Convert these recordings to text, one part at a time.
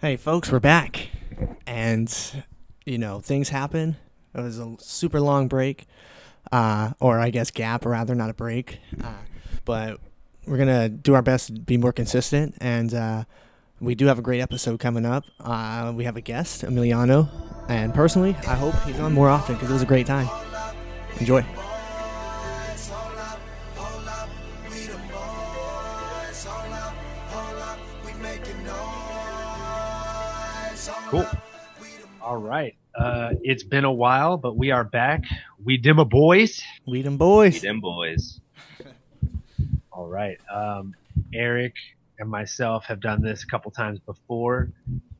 Hey, folks, we're back. And, you know, things happen. It was a super long break, uh, or I guess gap, rather, not a break. Uh, but we're going to do our best to be more consistent. And uh, we do have a great episode coming up. Uh, we have a guest, Emiliano. And personally, I hope he's on more often because it was a great time. Enjoy. Cool. All right. Uh, it's been a while, but we are back. We Dimma Boys. Weed and boys. them boys. All right. Um, Eric and myself have done this a couple times before.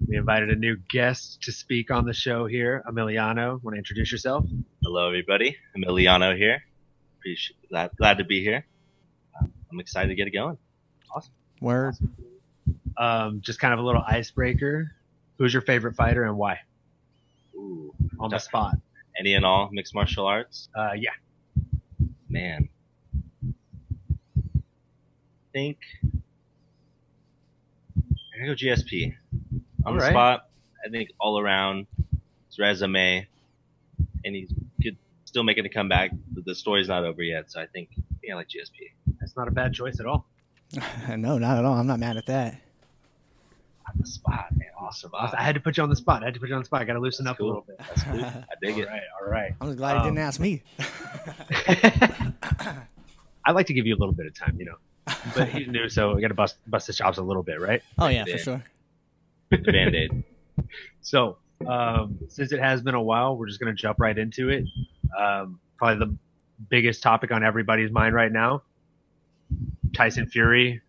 We invited a new guest to speak on the show here. Emiliano, want to introduce yourself? Hello, everybody. Emiliano here. Appreciate, glad, glad to be here. Uh, I'm excited to get it going. Word. Um, just kind of a little icebreaker. Who's your favorite fighter and why? Ooh, On the spot. any and all mixed martial arts, Uh, yeah. man. Think. I go GSP. On All the right. spot, I think all around his resume, and he's good, still making a comeback. But the story's not over yet, so I think yeah, I like GSP. That's not a bad choice at all. no, not at all. I'm not mad at that. On the spot, man. Awesome. awesome. I had to put you on the spot. I had to put you on the spot. I got to loosen up cool. a little bit. That's cool. I dig All it. right. All right. I'm just glad he Um, didn't ask me. I like to give you a little bit of time, you know. But he's new, so we got to bust bust the chops a little bit, right? Oh, yeah, there. for sure. The band aid. So um, since it has been a while, we're just gonna jump right into it. Um, probably the biggest topic on everybody's mind right now: Tyson Fury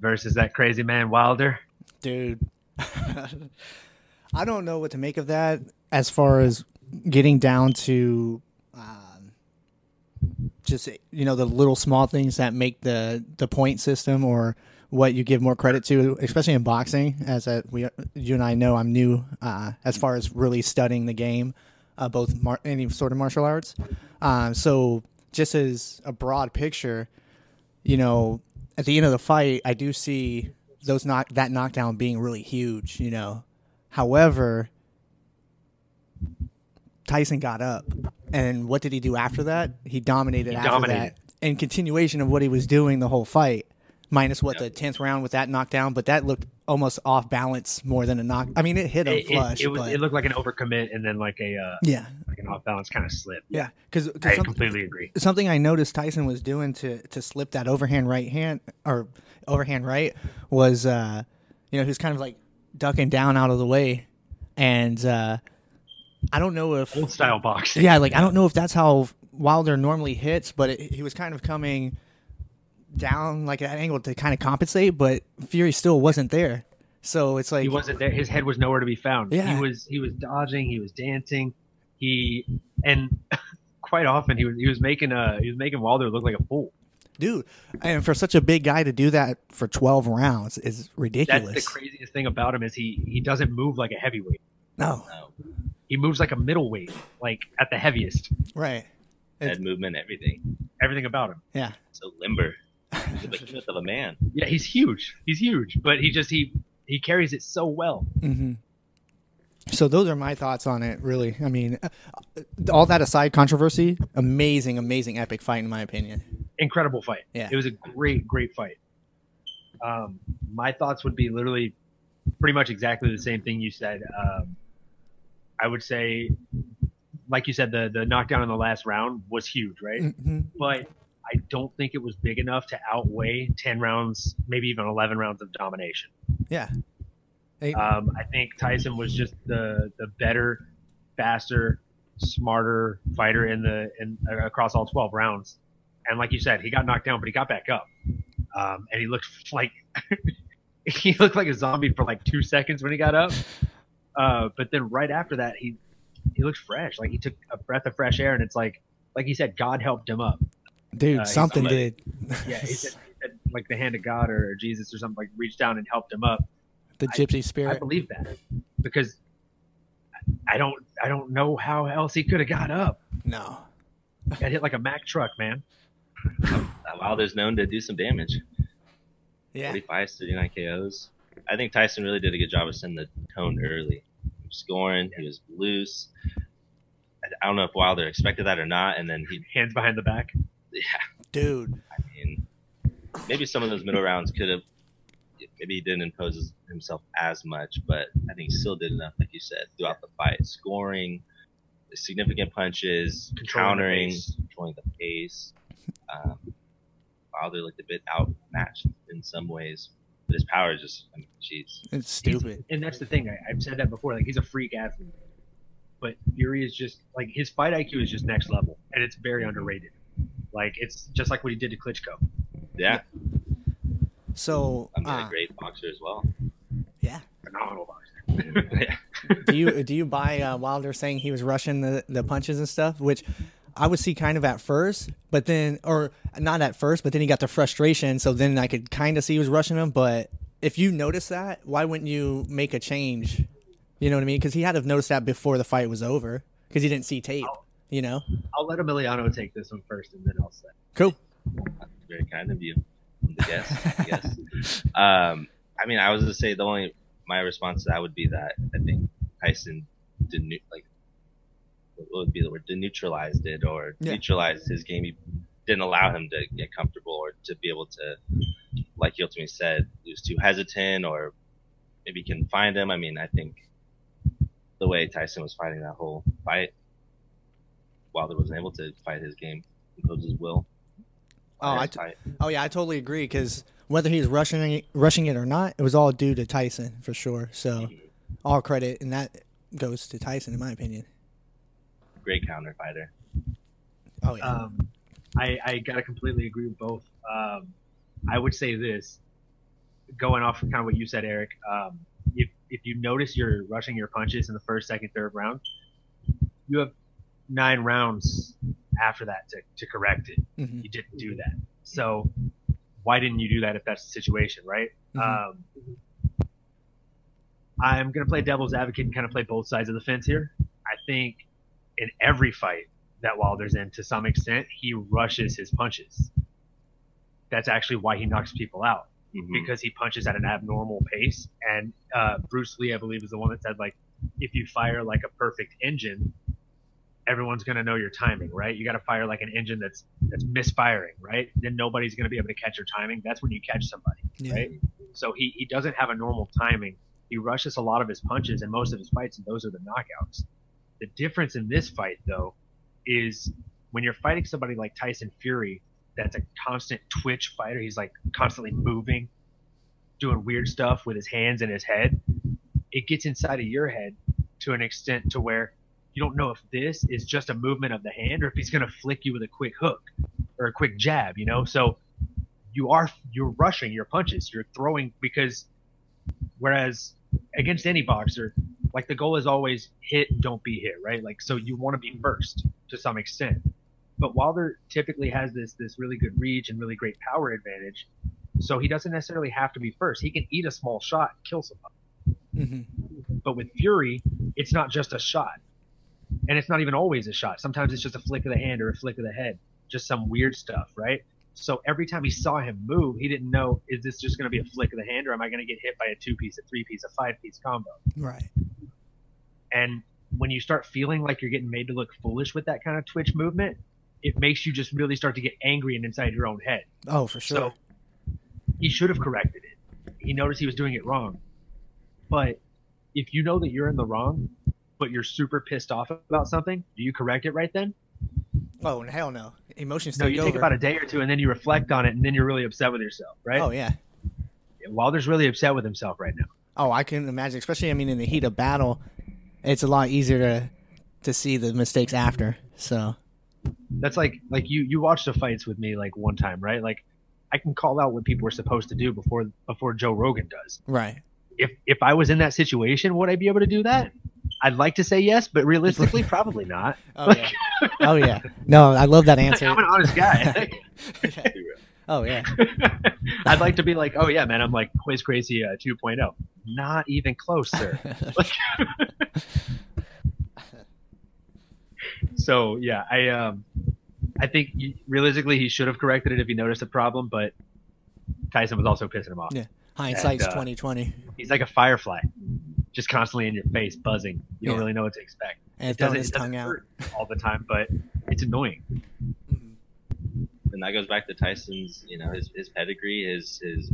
versus that crazy man Wilder. dude i don't know what to make of that as far as getting down to um, just you know the little small things that make the the point system or what you give more credit to especially in boxing as a, we you and i know i'm new uh, as far as really studying the game uh, both mar- any sort of martial arts um, so just as a broad picture you know, at the end of the fight, I do see those knock that knockdown being really huge. You know, however, Tyson got up, and what did he do after that? He dominated He after dominated. that, in continuation of what he was doing the whole fight, minus what the tenth round with that knockdown. But that looked almost off balance more than a knock. I mean, it hit him It, it- flush, it was, but it looked like an overcommit and then like a uh, yeah, like an off balance kind of slip. yeah, because I completely agree. something I noticed Tyson was doing to to slip that overhand right hand or overhand right was uh you know he was kind of like ducking down out of the way and uh I don't know if Old style boxing. yeah like I don't know if that's how Wilder normally hits but it, he was kind of coming down like at an angle to kind of compensate but Fury still wasn't there so it's like he wasn't there. His head was nowhere to be found. Yeah. He was he was dodging. He was dancing. He and quite often he was he was making uh he was making Wilder look like a fool. dude and for such a big guy to do that for 12 rounds is That's ridiculous the craziest thing about him is he he doesn't move like a heavyweight. no No, He moves like a middleweight, like at the heaviest. right It's- head movement, everything. Everything about him. yeah So limber. He's a behemoth of a man. Yeah, he's huge. He's huge, but he just he he carries it so well. hmm So those are my thoughts on it. Really, I mean, uh, all that aside, controversy, amazing, amazing, epic fight in my opinion. Incredible fight. Yeah. It was a great great fight. Um, my thoughts would be literally pretty much exactly the same thing you said. Um, I would say, like you said, the the knockdown in the last round was huge, right? Mhm. But I don't think it was big enough to outweigh ten rounds, maybe even eleven rounds of domination. Yeah, They- Um, I think Tyson was just the the better, faster, smarter fighter in the in uh, across all twelve rounds. And like you said, he got knocked down, but he got back up, um, and he looked like he looked like a zombie for like two seconds when he got up. Uh, but then right after that, he he looked fresh. Like he took a breath of fresh air, and it's like like he said, God helped him up. dude, Uh, he's something somebody. did. Yeah, he said, he said like the hand of God or Jesus or something like reached down and helped him up. the gypsy I spirit. believe that because I don't I don't know how else he could have got up. no, Got hit like a Mack truck, man. Uh, Wilder's known to do some damage. yeah, 45 to 39 KOs. I think Tyson really did a good job of setting the tone early. He was scoring. He was loose. I, I don't know if Wilder expected that or not, and then he. Hands behind the back. Dude, I mean, maybe some of those middle rounds could have. Maybe he didn't impose his- himself as much, but I think he still did enough, like you said, throughout the fight, scoring significant punches, Controlling the countering, pace. controlling the pace. Um, Wilder looked a bit outmatched in some ways, but his power is just, I mean, jeez. it's stupid. and that's the thing. I, I've said that before. Like he's a freak athlete, but Fury is just like his fight IQ is just next level, and it's very underrated. Like it's just like what he did to Klitschko. Yeah, So, I mean, Ah. uh, a great boxer as well. yeah. Phenomenal boxer. yeah. Do you do you buy uh, Wilder saying he was rushing the, the punches and stuff, which I would see kind of at first, but then or not at first, but then he got the frustration, so then I could kind of see he was rushing him. But if you notice that, why wouldn't you make a change? You know what I mean? Because he had to have noticed that before the fight was over, because he didn't see tape. You know? I'll let Emiliano take this one first, and then I'll say. Cool. very kind of you. I guess. I guess. um, I mean, I was gonna say the only my response to that would be that I think Tyson did like what would be the word deneutralized it or Yeah. neutralized his game. He didn't allow him to get comfortable or to be able to, like Yiltimi said, he was too hesitant or maybe can find him. I mean, I think the way Tyson was fighting that whole fight, Wilder wasn't able to fight his game, impose his will. Oh, I His t- fight. oh yeah, I totally agree. Because whether he was rushing it- rushing it or not, it was all due to Tyson for sure. So all credit, and that goes to Tyson in my opinion. great counter fighter. Oh yeah. Um, I, I gotta completely agree with both. Um, I would say this, going off of kind of what you said, Eric. Um, if if you notice you're rushing your punches in the first, second, third round, you have nine rounds after that to, to correct it. Mhm. You didn't do that, so why didn't you do that if that's the situation, right? Mhm. Um, I'm going to play devil's advocate and kind of play both sides of the fence here. I think in every fight that Wilder's in, to some extent, he rushes his punches. That's actually why he knocks people out Mhm. because he punches at an abnormal pace. And uh, Bruce Lee, I believe, is the one that said like, if you fire like a perfect engine, everyone's gonna know your timing, right? You got to fire like an engine that's that's misfiring, right? Then nobody's gonna be able to catch your timing. That's when you catch somebody, Yeah. right? So he he doesn't have a normal timing. He rushes a lot of his punches in most of his fights, and those are the knockouts. The difference in this fight, though, is when you're fighting somebody like Tyson Fury, that's a constant twitch fighter. He's like constantly moving, doing weird stuff with his hands and his head. It gets inside of your head to an extent to where you don't know if this is just a movement of the hand or if he's going to flick you with a quick hook or a quick jab, you know? So you are you're rushing your punches, you're throwing because whereas against any boxer, like the goal is always hit, don't be hit, right? Like so you want to be first to some extent. But Wilder typically has this this really good reach and really great power advantage, so he doesn't necessarily have to be first. He can eat a small shot, and kill somebody. Mhm. But with Fury, it's not just a shot. And it's not even always a shot. Sometimes it's just a flick of the hand or a flick of the head, just some weird stuff, right? So every time he saw him move, he didn't know is this just going to be a flick of the hand or am I going to get hit by a two piece, a three piece, a five piece combo? Right. And when you start feeling like you're getting made to look foolish with that kind of twitch movement, it makes you just really start to get angry and inside your own head. Oh, for sure. So he should have corrected it. He noticed he was doing it wrong. But if you know that you're in the wrong, but you're super pissed off about something, do you correct it right then? oh, and hell no. Emotions No, take you over. take about a day or two and then you reflect on it and then you're really upset with yourself, right? Oh yeah. Wilder's really upset with himself right now. Oh, I can imagine. Especially, I mean, in the heat of battle, it's a lot easier to to see the mistakes after. So That's like like you you watched the fights with me like one time, right? Like I can call out what people are supposed to do before before Joe Rogan does. right. if if I was in that situation, would I be able to do that? I'd like to say yes, but realistically, probably not. Oh yeah. oh yeah. No, I love that answer. I'm an honest guy. Yeah. Oh yeah. I'd like to be like, oh yeah, man, I'm like quiz crazy uh, 2.0. Not even close, sir. so yeah, I um, I think he- realistically he should have corrected it if he noticed a problem, but Tyson was also pissing him off. Yeah. Hindsight's And, uh, twenty twenty, He's like a firefly, just constantly in your face, buzzing. You don't Yeah. really know what to expect. and doesn't- throwing his doesn't tongue out. hurt all the time, but it's annoying. Mhm. and that goes back to Tyson's, you know, his, his pedigree, his his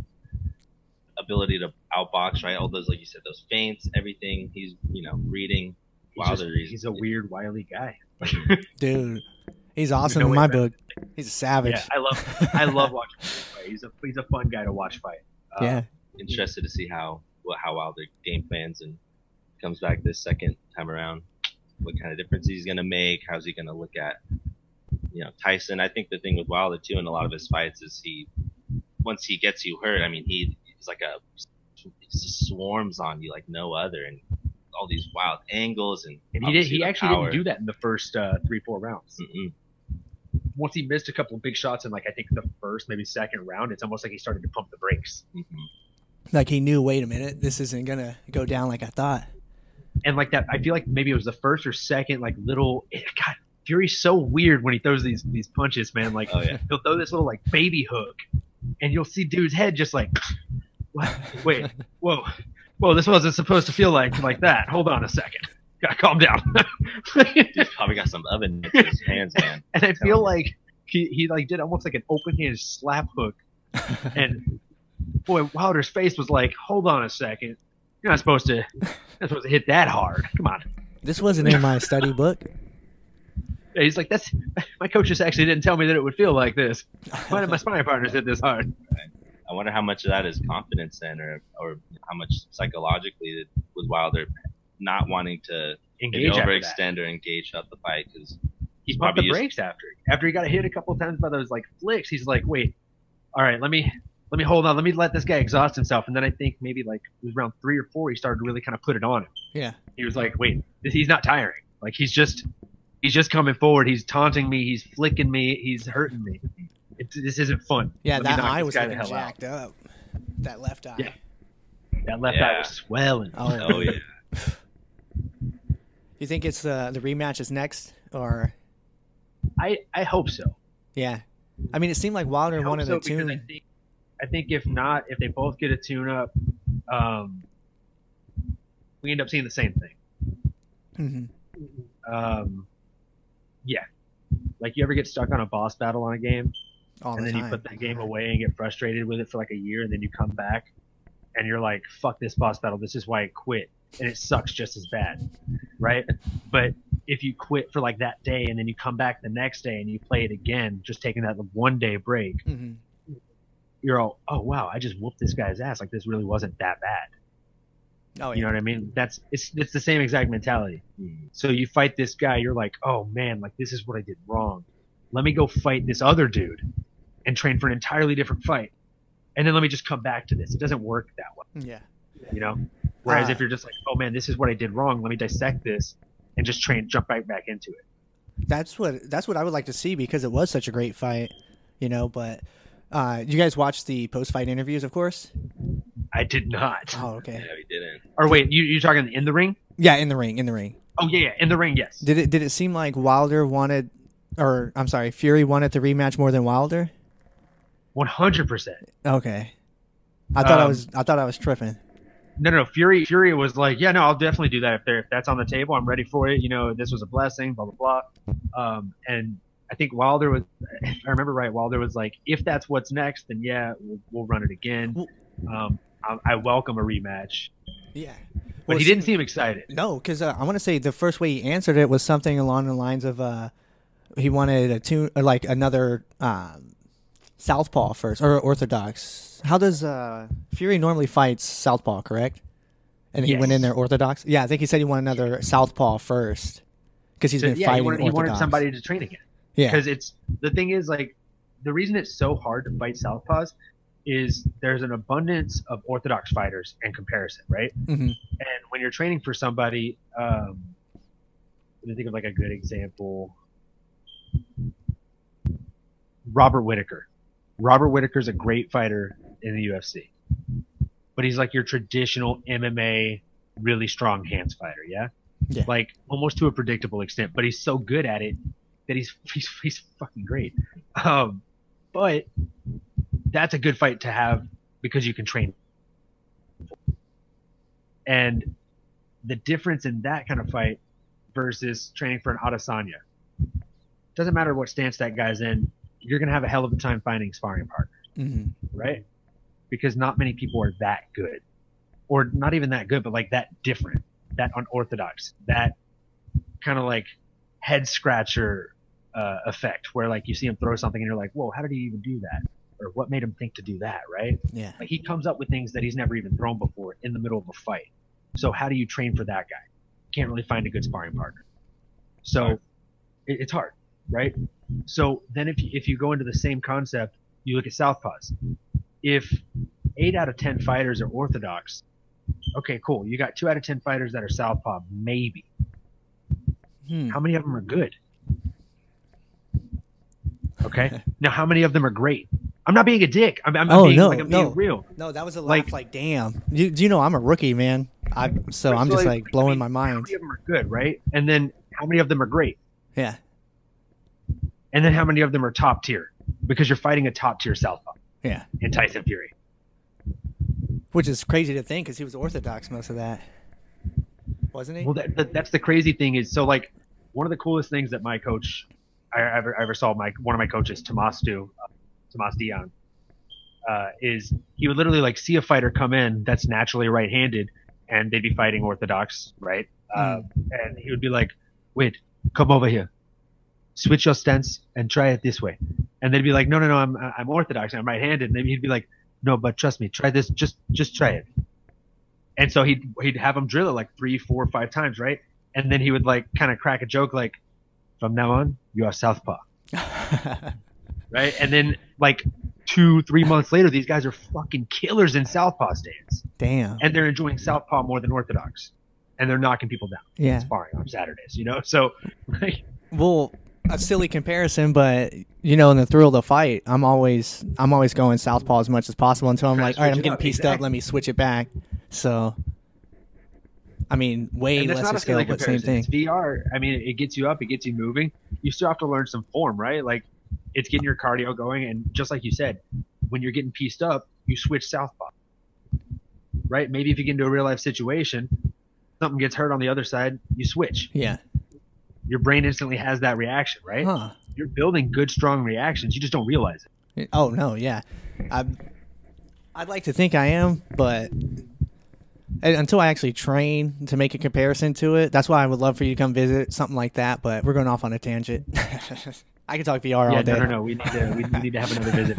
ability to outbox, right? All those, like you said, those feints, everything. He's, you know, reading. He's, Wow, just- there he- he's a weird, wily guy. Dude, he's awesome no in way my around book. He's a savage. Yeah, I love, I love watching him fight. He's a, he's a fun guy to watch fight. Uh, yeah. Interested to see how what how wild their game plans and comes back this second time around. What kind of difference he's gonna make? How's he gonna look at? You know, Tyson. I think the thing with Wilder too, in a lot of his fights, is he once he gets you hurt. I mean, he he's like a he just swarms on you like no other, and all these wild angles and, And he did, he actually didn't do that in the first uh, three, four rounds. Mm-mm. Once he missed a couple of big shots in, like I think the first, maybe second round, it's almost like he started to pump the brakes. Mhm. Like he knew, wait a minute, this isn't gonna go down like I thought. and like that i feel like maybe it was the first or second like little god fury's so weird when he throws these these punches man like Oh yeah, he'll throw this little like baby hook and you'll see dude's head just like what? wait whoa whoa this wasn't supposed to feel like like that hold on a second gotta calm down he's probably got some oven mitts in his hands, man. and i feel like he, he like did almost like an open hand slap hook and boy wilder's face was like hold on a second you're not supposed to you're not supposed to hit that hard come on This wasn't in my study book. And he's like, "That's my coach just actually didn't tell me that it would feel like this. Why did my sparring partners hit this hard?" I wonder how much of that is confidence in, or or how much psychologically that was Wilder not wanting to maybe Engage after that. overextend or engage throughout the fight because He's he's pumped probably the used, brakes after. After he got hit a couple of times by those like flicks, he's like, "Wait, all right, let me let me hold on, let me let this guy exhaust himself." And then I think maybe like it was round three or four, he started to really kind of put it on him. Yeah. He was like, "Wait, this, he's not tiring. Like he's just he's just coming forward. He's taunting me. He's flicking me. He's hurting me. It's, this isn't fun." Yeah, Let me that knock eye this was guy the getting hell out. jacked up. That left eye. Yeah. That left eye Yeah. was swelling. Oh, oh yeah, you think it's uh, the rematch is next, or I I hope so. yeah? I mean, it seemed like Wilder I wanted hope a so, because tune. I think, I think if not, if they both get a tune up, um, we end up seeing the same thing. Mhm. Um, yeah. Like you ever get stuck on a boss battle on a game All and the then you time. put that game away and get frustrated with it for like a year and then you come back and you're like, fuck this boss battle. This is why I quit. And it sucks just as bad. Right. but if you quit for like that day and then you come back the next day and you play it again, just taking that one day break, Mhm. you're all, oh wow, I just whooped this guy's ass. Like this really wasn't that bad. Oh You know yeah. what I mean? That's it's it's the same exact mentality. Mhm. So you fight this guy, you're like, oh man, like this is what I did wrong. Let me go fight this other dude and train for an entirely different fight. And then let me just come back to this. It doesn't work that way, Yeah. you know? Whereas Ah. if you're just like, oh man, this is what I did wrong, let me dissect this and just train jump right back into it. That's what that's what I would like to see because it was such a great fight, you know. But uh, you guys watched the post fight interviews, of course. I did not. Oh yeah, okay. we didn't. Or wait, you you talking in the ring? Yeah, in the ring, in the ring. Oh yeah, yeah, in the ring, yes. Did it did it seem like Wilder wanted, or I'm sorry, Fury wanted the rematch more than Wilder? One hundred percent. Okay. I thought I Um, was I thought I was tripping. No, no, Fury. Fury was like, yeah, no, I'll definitely do that if there, if that's on the table. I'm ready for it. You know, this was a blessing. Blah blah blah. Um, and I think Wilder was, if I remember right, Wilder was like, if that's what's next, then yeah, we'll, we'll run it again. Well- Um, I, I welcome a rematch, Yeah. but he didn't seem excited. No, because uh, I want to say the first way he answered it was something along the lines of uh, he wanted a tune or like another um, southpaw first or orthodox. How does uh, Fury normally fights southpaw, correct? And he went in Yes. there orthodox. Yeah, I think he said he wanted another southpaw first because he's So, been yeah, he fighting wanted, he orthodox. wanted somebody to train again yeah, because it's the thing is like the reason it's so hard to fight southpaws is there's an abundance of orthodox fighters in comparison, right? hmm and when you're training for somebody, um, let me think of like a good example. Robert Whitaker. Robert Whitaker's a great fighter in the UFC, but he's like your traditional MMA, really strong hands fighter. Yeah, Yeah. like almost to a predictable extent, but he's so good at it that he's he's, he's fucking great. Um, but that's a good fight to have because you can train And the difference in that kind of fight versus training for an Adesanya doesn't matter what stance that guy's in, you're going to have a hell of a time finding sparring partner, hmm right? Because not many people are that good, or not even that good, but like that different, that unorthodox, that kind of like head scratcher uh, effect, where like you see him throw something and you're like, whoa, how did he even do that? Or what made him think to do that, right? Yeah. Like he comes up with things that he's never even thrown before in the middle of a fight. So how do you train for that guy? Can't really find a good sparring partner. So it, it's hard, right? So then if you, if you go into the same concept, you look at southpaws. If eight out of ten fighters are orthodox, okay, cool. You got two out of ten fighters that are southpaw, maybe. Hmm. How many of them are good? Okay. now, how many of them are great? I'm not being a dick. I'm, I'm, I'm Oh, being, no, like, I'm no. being real. No, that was a laugh. Like- Like, damn, you, do you know I'm a rookie, man? I so Right, I'm so, just like, like blowing my I How mind. many of them are good, right? And then how many of them are great? Yeah, And then how many of them are top tier? Because you're fighting a top tier southpaw yeah. in Tyson Fury. Which is crazy to think because he was orthodox most of that, wasn't he? Well, that, that, that's the crazy thing is so like one of the coolest things that my coach I ever I ever saw my one of my coaches Tomas do uh, Tomas Dion uh, is he would literally like see a fighter come in that's naturally right-handed and they'd be fighting orthodox right uh, and he would be like wait come over here switch your stance and try it this way and they'd be like no no no I'm I'm orthodox I'm right-handed and then he'd be like no but trust me try this just just try it and so he'd he'd have him drill it like three, four, five times, right? And then he would like kind of crack a joke like, "From now on, you are southpaw," right? And then like two, three months later, these guys are fucking killers in southpaw stands, damn. and they're enjoying southpaw more than orthodox, and they're knocking people down, Yeah. sparring on Saturdays, you know. So like, Well, a silly comparison, but you know, in the thrill of the fight, I'm always I'm always going southpaw as much as possible until I'm Try to like, all right, switch I'm it getting up, pieced up. exactly. Let me switch it back. So, I mean, way and that's not lesser a silly scale, but same comparison. thing. It's VR. I mean, it gets you up, it gets you moving. You still have to learn some form, right? Like, it's getting your cardio going, and just like you said, when you're getting pieced up, you switch southpaw. Right? Maybe if you get into a real life situation, something gets hurt on the other side, you switch. Yeah. Your brain instantly has that reaction, right? Huh. You're building good, strong reactions. You just don't realize it. Oh no, yeah. I I'd like to think I am, but and until I actually train to make a comparison to it, that's why I would love for you to come visit something like that. But we're going off on a tangent. I could talk VR yeah, all day. no, no, no. We need to. We, we need to have another visit.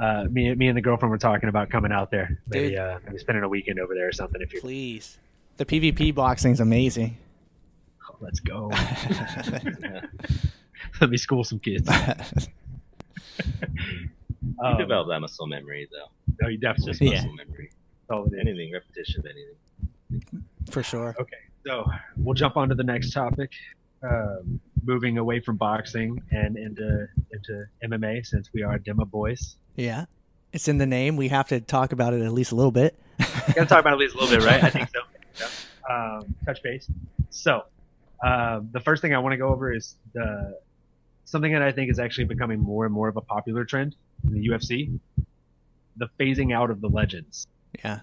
Uh, me, me, and the girlfriend were talking about coming out there. Maybe, Dude. uh, maybe spending a weekend over there or something. If you're, Please, the PvP boxing's amazing. let's go. Let me school some kids. You Um, develop that muscle memory though. No, you It's definitely just Yeah. muscle memory. solid it. Anything, repetition of anything. for sure. So we'll jump on to the next topic, um, moving away from boxing and into into MMA since we are Demo boys. Yeah, it's in the name. We have to talk about it at least a little bit. Got to talk about it at least a little bit, right? I think so. Yeah. Um, touch base. So um, the first thing I want to go over is the something that I think is actually becoming more and more of a popular trend in the UFC: the phasing out of the legends. Yeah.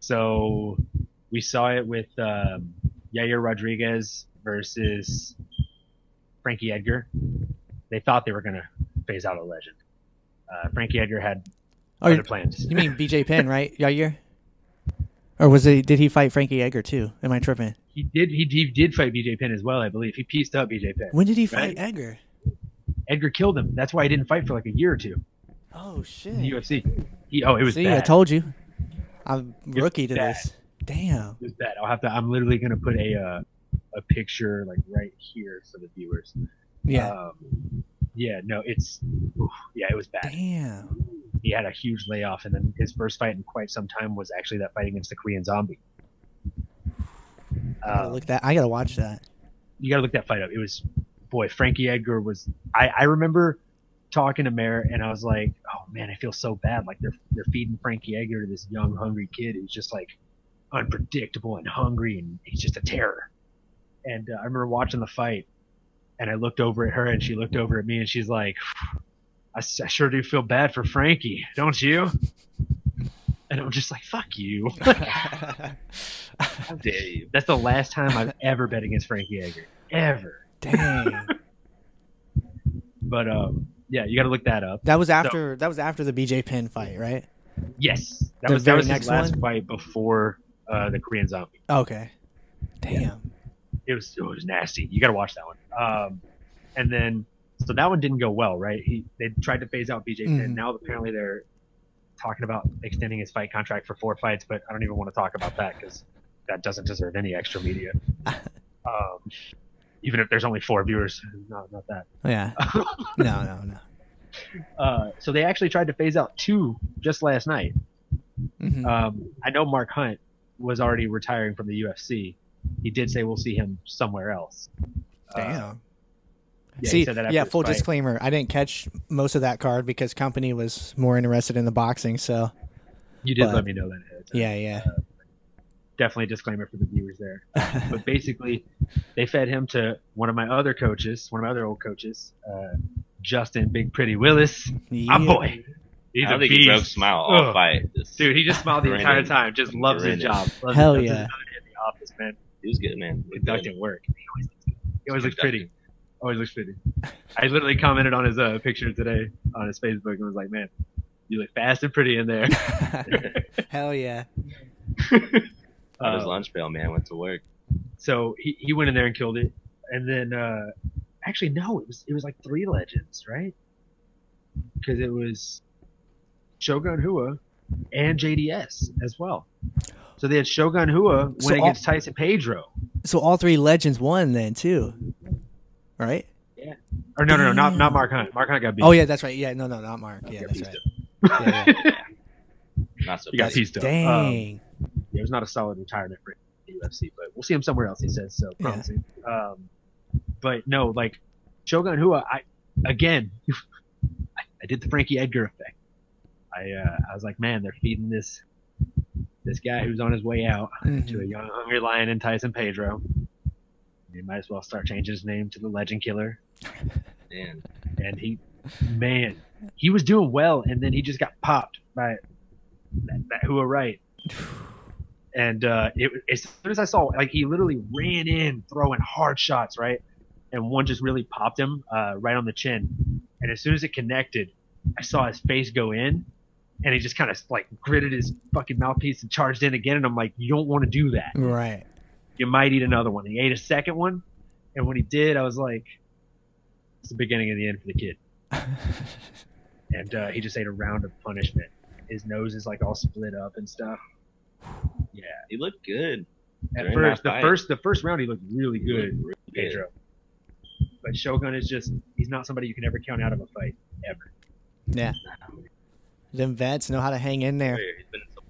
So we saw it with um, Yair Rodriguez versus Frankie Edgar. They thought they were going to phase out a legend. Uh, Frankie Edgar had Oh, other you, plans. you mean BJ Penn, right, Yair? Or was it? Did he fight Frankie Edgar too? Am I tripping? he did he, did- did fight BJ Penn as well, I believe. He pieced up BJ Penn. When did he Right. fight Edgar? Edgar killed him. That's why he didn't fight for like a year or two Oh shit! in the UFC. He, oh, it was See, I bad. told you, I'm rookie to bad. this. Damn. it was bad. I'll have to. I'm literally going to put a uh, a picture like right here for the viewers. Yeah. Um, yeah. No, it's. oof, yeah, it was bad. Damn. he had a huge layoff, and then his first fight in quite some time was actually that fight against the Korean Zombie. I gotta Uh, look that. I gotta watch that. you gotta look that fight up. It was, boy, Frankie Edgar was. I, I remember talking to Mayor, and I was like, oh man, I feel so bad. Like they're they're feeding Frankie Edgar to this young, hungry kid who's just like unpredictable and hungry, and he's just a terror. And uh, I remember watching the fight, and I looked over at her, and she looked over at me, and she's like, I, s- I sure do feel bad for Frankie, don't you? And I'm just like, fuck you. How dare you? That's the last time I've ever bet against Frank Yeager. Ever. Dang. But um yeah, you gotta look that up. That was after that was after the BJ Penn fight, right? Yes. That The was that very was next his last one? fight before uh, the Korean zombie. Okay. Damn. it was it was nasty. You got to watch that one. Um, and then so that one didn't go well, right? He they tried to phase out BJ Penn. Mhm. Now apparently they're talking about extending his fight contract for four fights, but I don't even want to talk about that because that doesn't deserve any extra media. um, even if there's only four viewers, not not that. Yeah. no, no, no. Uh, so they actually tried to phase out two just last night. Mhm. Um, I know Mark Hunt was already retiring from the UFC. He did say we'll see him somewhere else. Uh, Damn. yeah, See, he said that after yeah. his Full fight. disclaimer: I didn't catch most of that card because company was more interested in the boxing. So You did But- let me know that. ahead of time. yeah, yeah. Definitely a disclaimer for the viewers there. But basically, they fed him to one of my other coaches, one of my other old coaches, uh, Justin Big Pretty Willis. My Yeah. boy. He's I don't a think beast. he broke smile all Ugh. fight. Just- Dude, he just smiled the entire Grinning. time. Just loves his Grinning. job. Loves Hell loves his yeah. ability in the office, man. he was good, man. He was good. Productive work. He always looks, good. he always looks Productive. pretty. Always looks pretty. I literally commented on his uh, picture today on his Facebook and was like, man, you look fast and pretty in there. Hell yeah. Got his Uh, lunch pail, man. Went to work. So he, he went in there and killed it. And then uh actually no, it was it was like three legends, right? Because it was Shogun Hua and JDS as well. So they had Shogun Hua went So all- against Tyson Pedro. So all three legends won then too, right? Or no, no, no, not not Damn. Mark Hunt. Mark Hunt got beat. Oh yeah, that's right. Yeah, no, no, not Mark. Yeah, that's He's right. dope. Yeah, yeah. Not so he got bad. pieced up. Um, Dang. yeah, it was not a solid retirement for the UFC, but we'll see him somewhere else. He says so, Yeah. promising. Um, but no, like Shogun Hua, I again, I, I did the Frankie Edgar effect. I uh, I was like, man, they're feeding this this guy who's on his way out to a Mhm. young hungry lion in Tyson Pedro. They might as well start changing his name to the Legend Killer. Man, And he, man, he was doing well, and then he just got popped by that, that Hua right. And uh, it, as soon as I saw, like, he literally ran in throwing hard shots, right? And one just really popped him uh, right on the chin. And as soon as it connected, I saw his face go in, and he just kind of like gritted his fucking mouthpiece and charged in again. And I'm like, you don't want to do that. Right. You might eat another one. He ate a second one, and when he did, I was like, it's the beginning of the end for the kid. and uh, he just ate a round of punishment. His nose is like all split up and stuff. Yeah. he looked good. At During first, that the fight. first the first round, he looked really He good, looked really good. Pedro. But Shogun is just—he's not somebody you can ever count out of a fight ever. Yeah. Them vets know how to hang in there. He's been in some,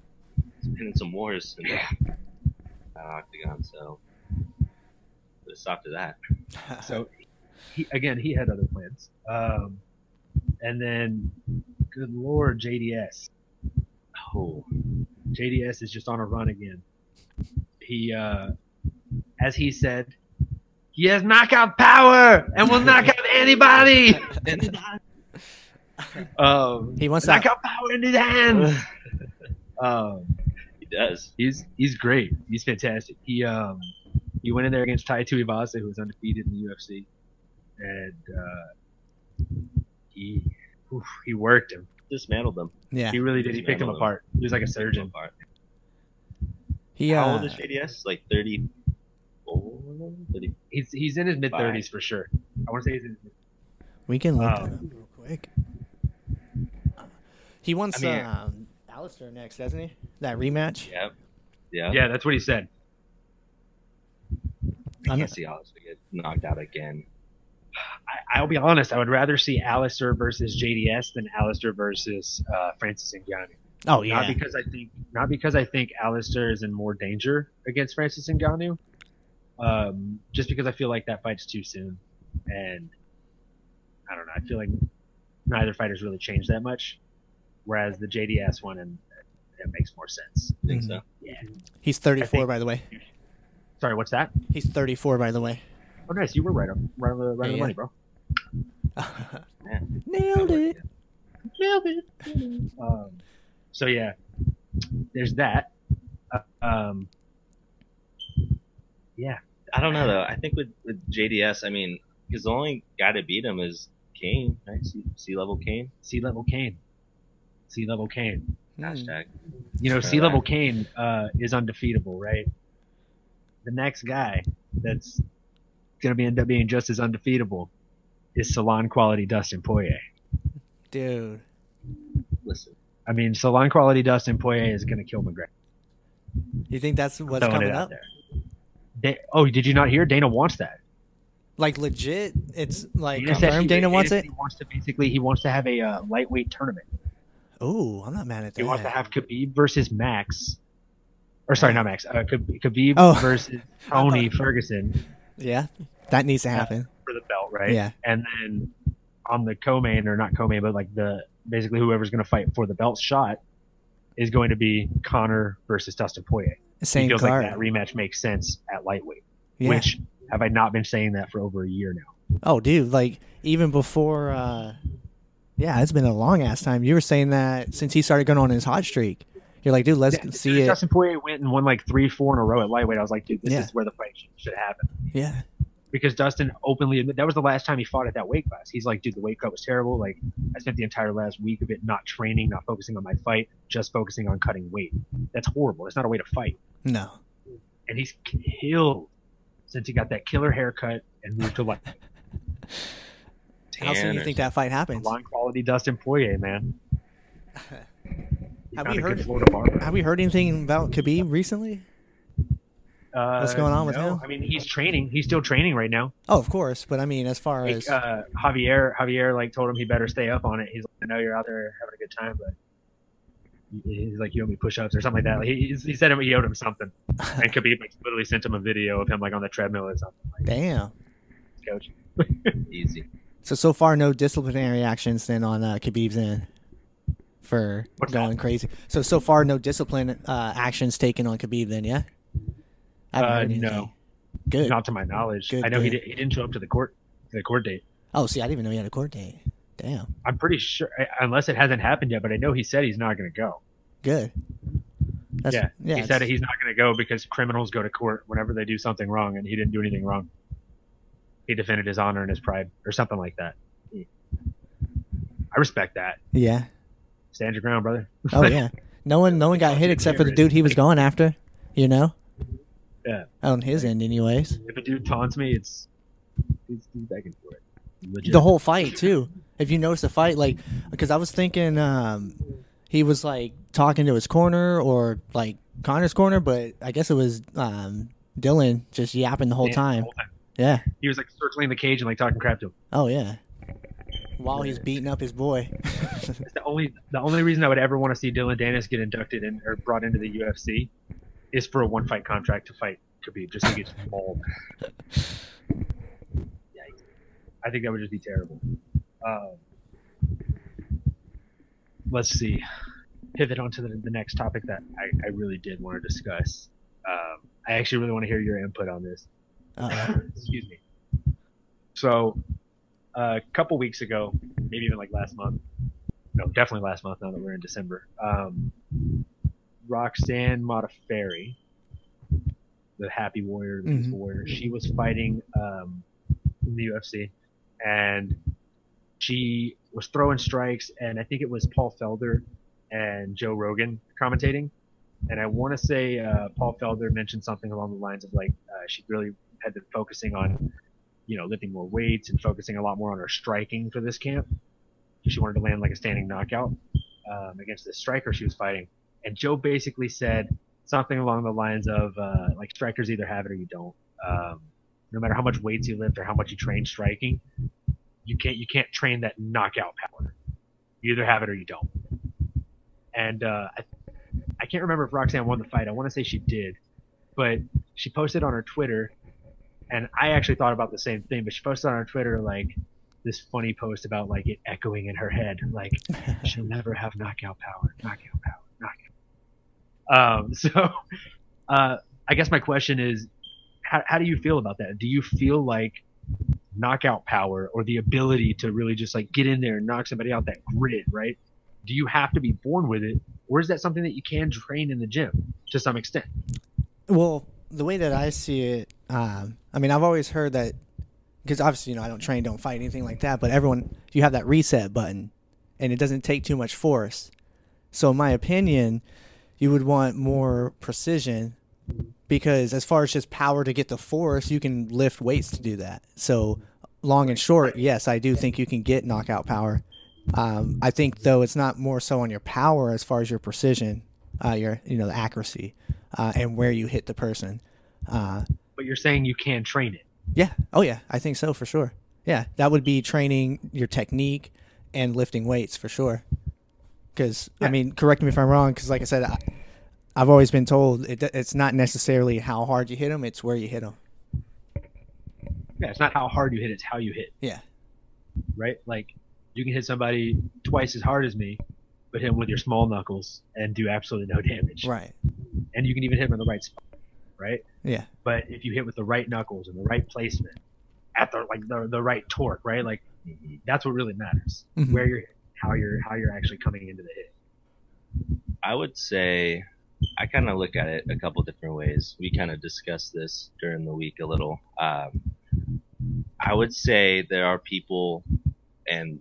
he's been in some wars in the uh, octagon, so put a stop to that. So, he, again, he had other plans. Um, and then, good lord, JDS. Oh, JDS is just on a run again. He, uh, as he said, he has knockout power and will knock out anybody. Um, He wants that. knockout power in his hands. um, he does. He's he's great. He's fantastic. He um he went in there against Tai Tuivasa, who was undefeated in the UFC, and uh, he oof, he worked him. Dismantled them. Yeah. He really did. He picked him Dismantled him. apart. He was like a surgeon. He Yeah. How uh, old is JDS? Like 34? 30, He's he's in his mid thirties for sure. I want to say he's in. His, we can look Oh. that up real quick. He wants I mean- um, Alistair next, doesn't he? That rematch. yeah. Yeah. yeah, that's what he said. I I'm- can't see Alex get knocked out again. I, I'll be honest. I would rather see Alistair versus JDS than Alistair versus uh, Francis Ngannou. Oh Not yeah. because I think not because I think Alistair is in more danger against Francis Ngannou. Um, just because I feel like that fight's too soon, and I don't know. I feel like neither fighter's really changed that much. Whereas the JDS one, and it makes more sense. I Mm-hmm. think so. Yeah. He's 34, think- by the way. Sorry, what's that? He's 34, by the way. Oh, nice. You were right on right on the right on the Yeah. money, bro. Nailed it. Um, so yeah, there's that. Uh, um, yeah, I don't know though. I think with, with JDS, I mean, because the only guy to beat him is Kane, right? Sea, sea level Kane. sea level Kane. Sea level Kane. Hmm. Mm, Hashtag. You know, Right. sea level Kane uh, is undefeatable, right? The next guy that's gonna be end up being just as undefeatable is salon quality Dustin Poirier. Dude, Listen, I mean, salon quality Dustin Poirier is gonna kill McGregor. you think that's what's Throwing coming it out up? there. Da- oh, did you not hear? Dana wants that. Like legit, it's like Dana, said confirmed. he- Dana wants said it. He wants to basically he wants to have a uh, lightweight tournament. Ooh, I'm not mad at that. He wants to have Khabib versus Max, or sorry, not Max. Uh, Khabib- Khabib Oh. versus Tony Ferguson yeah, that needs to happen. for the belt, right? Yeah. And then on the co-main or not co-main, but like the basically whoever's going to fight for the belt shot is going to be Connor versus Dustin Poirier. He Same feels card. like that rematch makes sense at lightweight, yeah. which have I not been saying that for over a year now? Oh, dude, like even before, uh, yeah, it's been a long ass time. You were saying that since he started going on his hot streak, you're like, dude, let's Yeah, see it. Dustin Poirier went and won like three, four in a row at lightweight. I was like, dude, this Yeah. is where the fight should, should happen Yeah, because Dustin openly admitted that was the last time he fought at that weight class. He's like, dude, the weight cut was terrible. Like, I spent the entire last week of it not training, not focusing on my fight, just focusing on cutting weight. That's horrible. That's not a way to fight. no, and he's killed since he got that killer haircut and moved to like how soon do you Tanner. think that fight happens? line quality Dustin Poirier, man. He Have found we a good heard- Florida barber. Have we heard anything about Khabib recently? Uh, what's going on with no, him? I mean, he's training. He's still training right now. Oh, of course, but I mean, as far Like, as uh, Javier, Javier, like told him he better stay up on it. He's like, I know you're out there having a good time, but he's like, you owe me push-ups or something like that. Like, he, he said he owed him something, and Khabib like, literally sent him a video of him like on the treadmill or something. Like, damn, coach, easy. so so far no disciplinary actions then on uh, Khabib's end for What's that? going crazy. So so far no discipline uh, actions taken on Khabib then, yeah. I haven't Uh, heard anything. no. Good. not to my knowledge. Good I know he, dude. did, he didn't show up to the court, the court date. Oh, see, I didn't even know he had a court date. Damn. I'm pretty sure, uh, unless it hasn't happened yet, but I know he said he's not going to go. Good. That's, yeah, he said it's- he's not going to go because criminals go to court whenever they do something wrong, and he didn't do anything wrong. He defended his honor and his pride, or something like that. I respect that. Yeah. Stand your ground, brother. Oh yeah. No one, no one got hit except for the dude he was going after. You know. Yeah. On his end, anyways. If a dude taunts me, it's he's, he's begging for it. Legit. The whole fight too. If you notice the fight, like, because I was thinking, um, he was like talking to his corner or like Connor's corner, but I guess it was um Dylan just yapping the whole Yeah, time. Yeah. He was like circling the cage and like talking crap to him. Oh yeah. While he's beating up his boy. That's the only the only reason I would ever want to see Dylan Danis get inducted in or brought into the UFC is for a one fight contract to fight Khabib just to get mauled. Yikes. I think that would just be terrible. Um, let's see. Pivot onto the, the next topic that I, I really did want to discuss. Um, I actually really want to hear your input on this. Uh, Excuse me. So, uh, a couple weeks ago, maybe even like last month, no, definitely last month. Now that we're in December, um, Roxanne Modafferi, the Happy Warrior, the Peaceful Warrior, she was fighting um, in the UFC, and she was throwing strikes, and I think it was Paul Felder and Joe Rogan commentating. And I want to say uh, Paul Felder mentioned something along the lines of like uh, she really had been focusing on, you know, lifting more weights and focusing a lot more on her striking for this camp. She wanted to land like a standing knockout um, against the striker she was fighting. And Joe basically said something along the lines of uh, like strikers either have it or you don't. Um, no matter how much weights you lift or how much you train striking, you can't you can't train that knockout power. You either have it or you don't. And uh, I, I can't remember if Roxanne won the fight. I want to say she did, but she posted on her Twitter, and I actually thought about the same thing. But she posted on her Twitter like this funny post about like it echoing in her head, like she'll never have knockout power, knockout power, knockout. Um, so, uh, I guess my question is, how, how do you feel about that? Do you feel like knockout power or the ability to really just like get in there and knock somebody out that grid, right? Do you have to be born with it, or is that something that you can train in the gym to some extent? Well, the way that I see it, um, I mean, I've always heard that because obviously, you know, I don't train, don't fight, anything like that. But everyone, you have that reset button, and it doesn't take too much force. So, in my opinion, you would want more precision because as far as just power to get the force, you can lift weights to do that. So, long and short, yes, I do think you can get knockout power. Um, I think though it's not more so on your power as far as your precision, uh, your you know the accuracy, uh, and where you hit the person. Uh, But you're saying you can train it. yeah. Oh yeah, I think so for sure. Yeah, that would be training your technique and lifting weights for sure. Because I Yeah. mean, correct me if I'm wrong. Because like I said, I, I've always been told it, it's not necessarily how hard you hit them; it's where you hit them. Yeah, it's not how hard you hit, it's how you hit. Yeah. Right? Like you can hit somebody twice as hard as me, but hit them with your small knuckles and do absolutely no damage. Right. And you can even hit them in the right spot. Right? Yeah. But if you hit with the right knuckles and the right placement at the like the, the right torque, right? Like that's what really matters. Mhm. Where you're how you're how you're actually coming into the hit. I would say I kind of look at it a couple different ways. We kind of discussed this during the week a little. Um, I would say there are people, and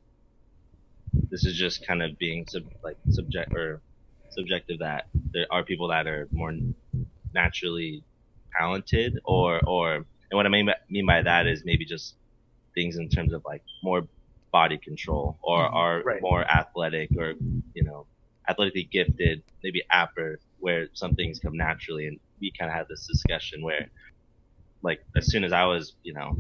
this is just kind of being sub- like subject or subjective that there are people that are more naturally talented, or or and what I mean by, mean by that is maybe just things in terms of like more body control or Mhm. are Right. more athletic or you know athletically gifted, maybe apper, where some things come naturally. And we kind of had this discussion where, like, as soon as I was, you know,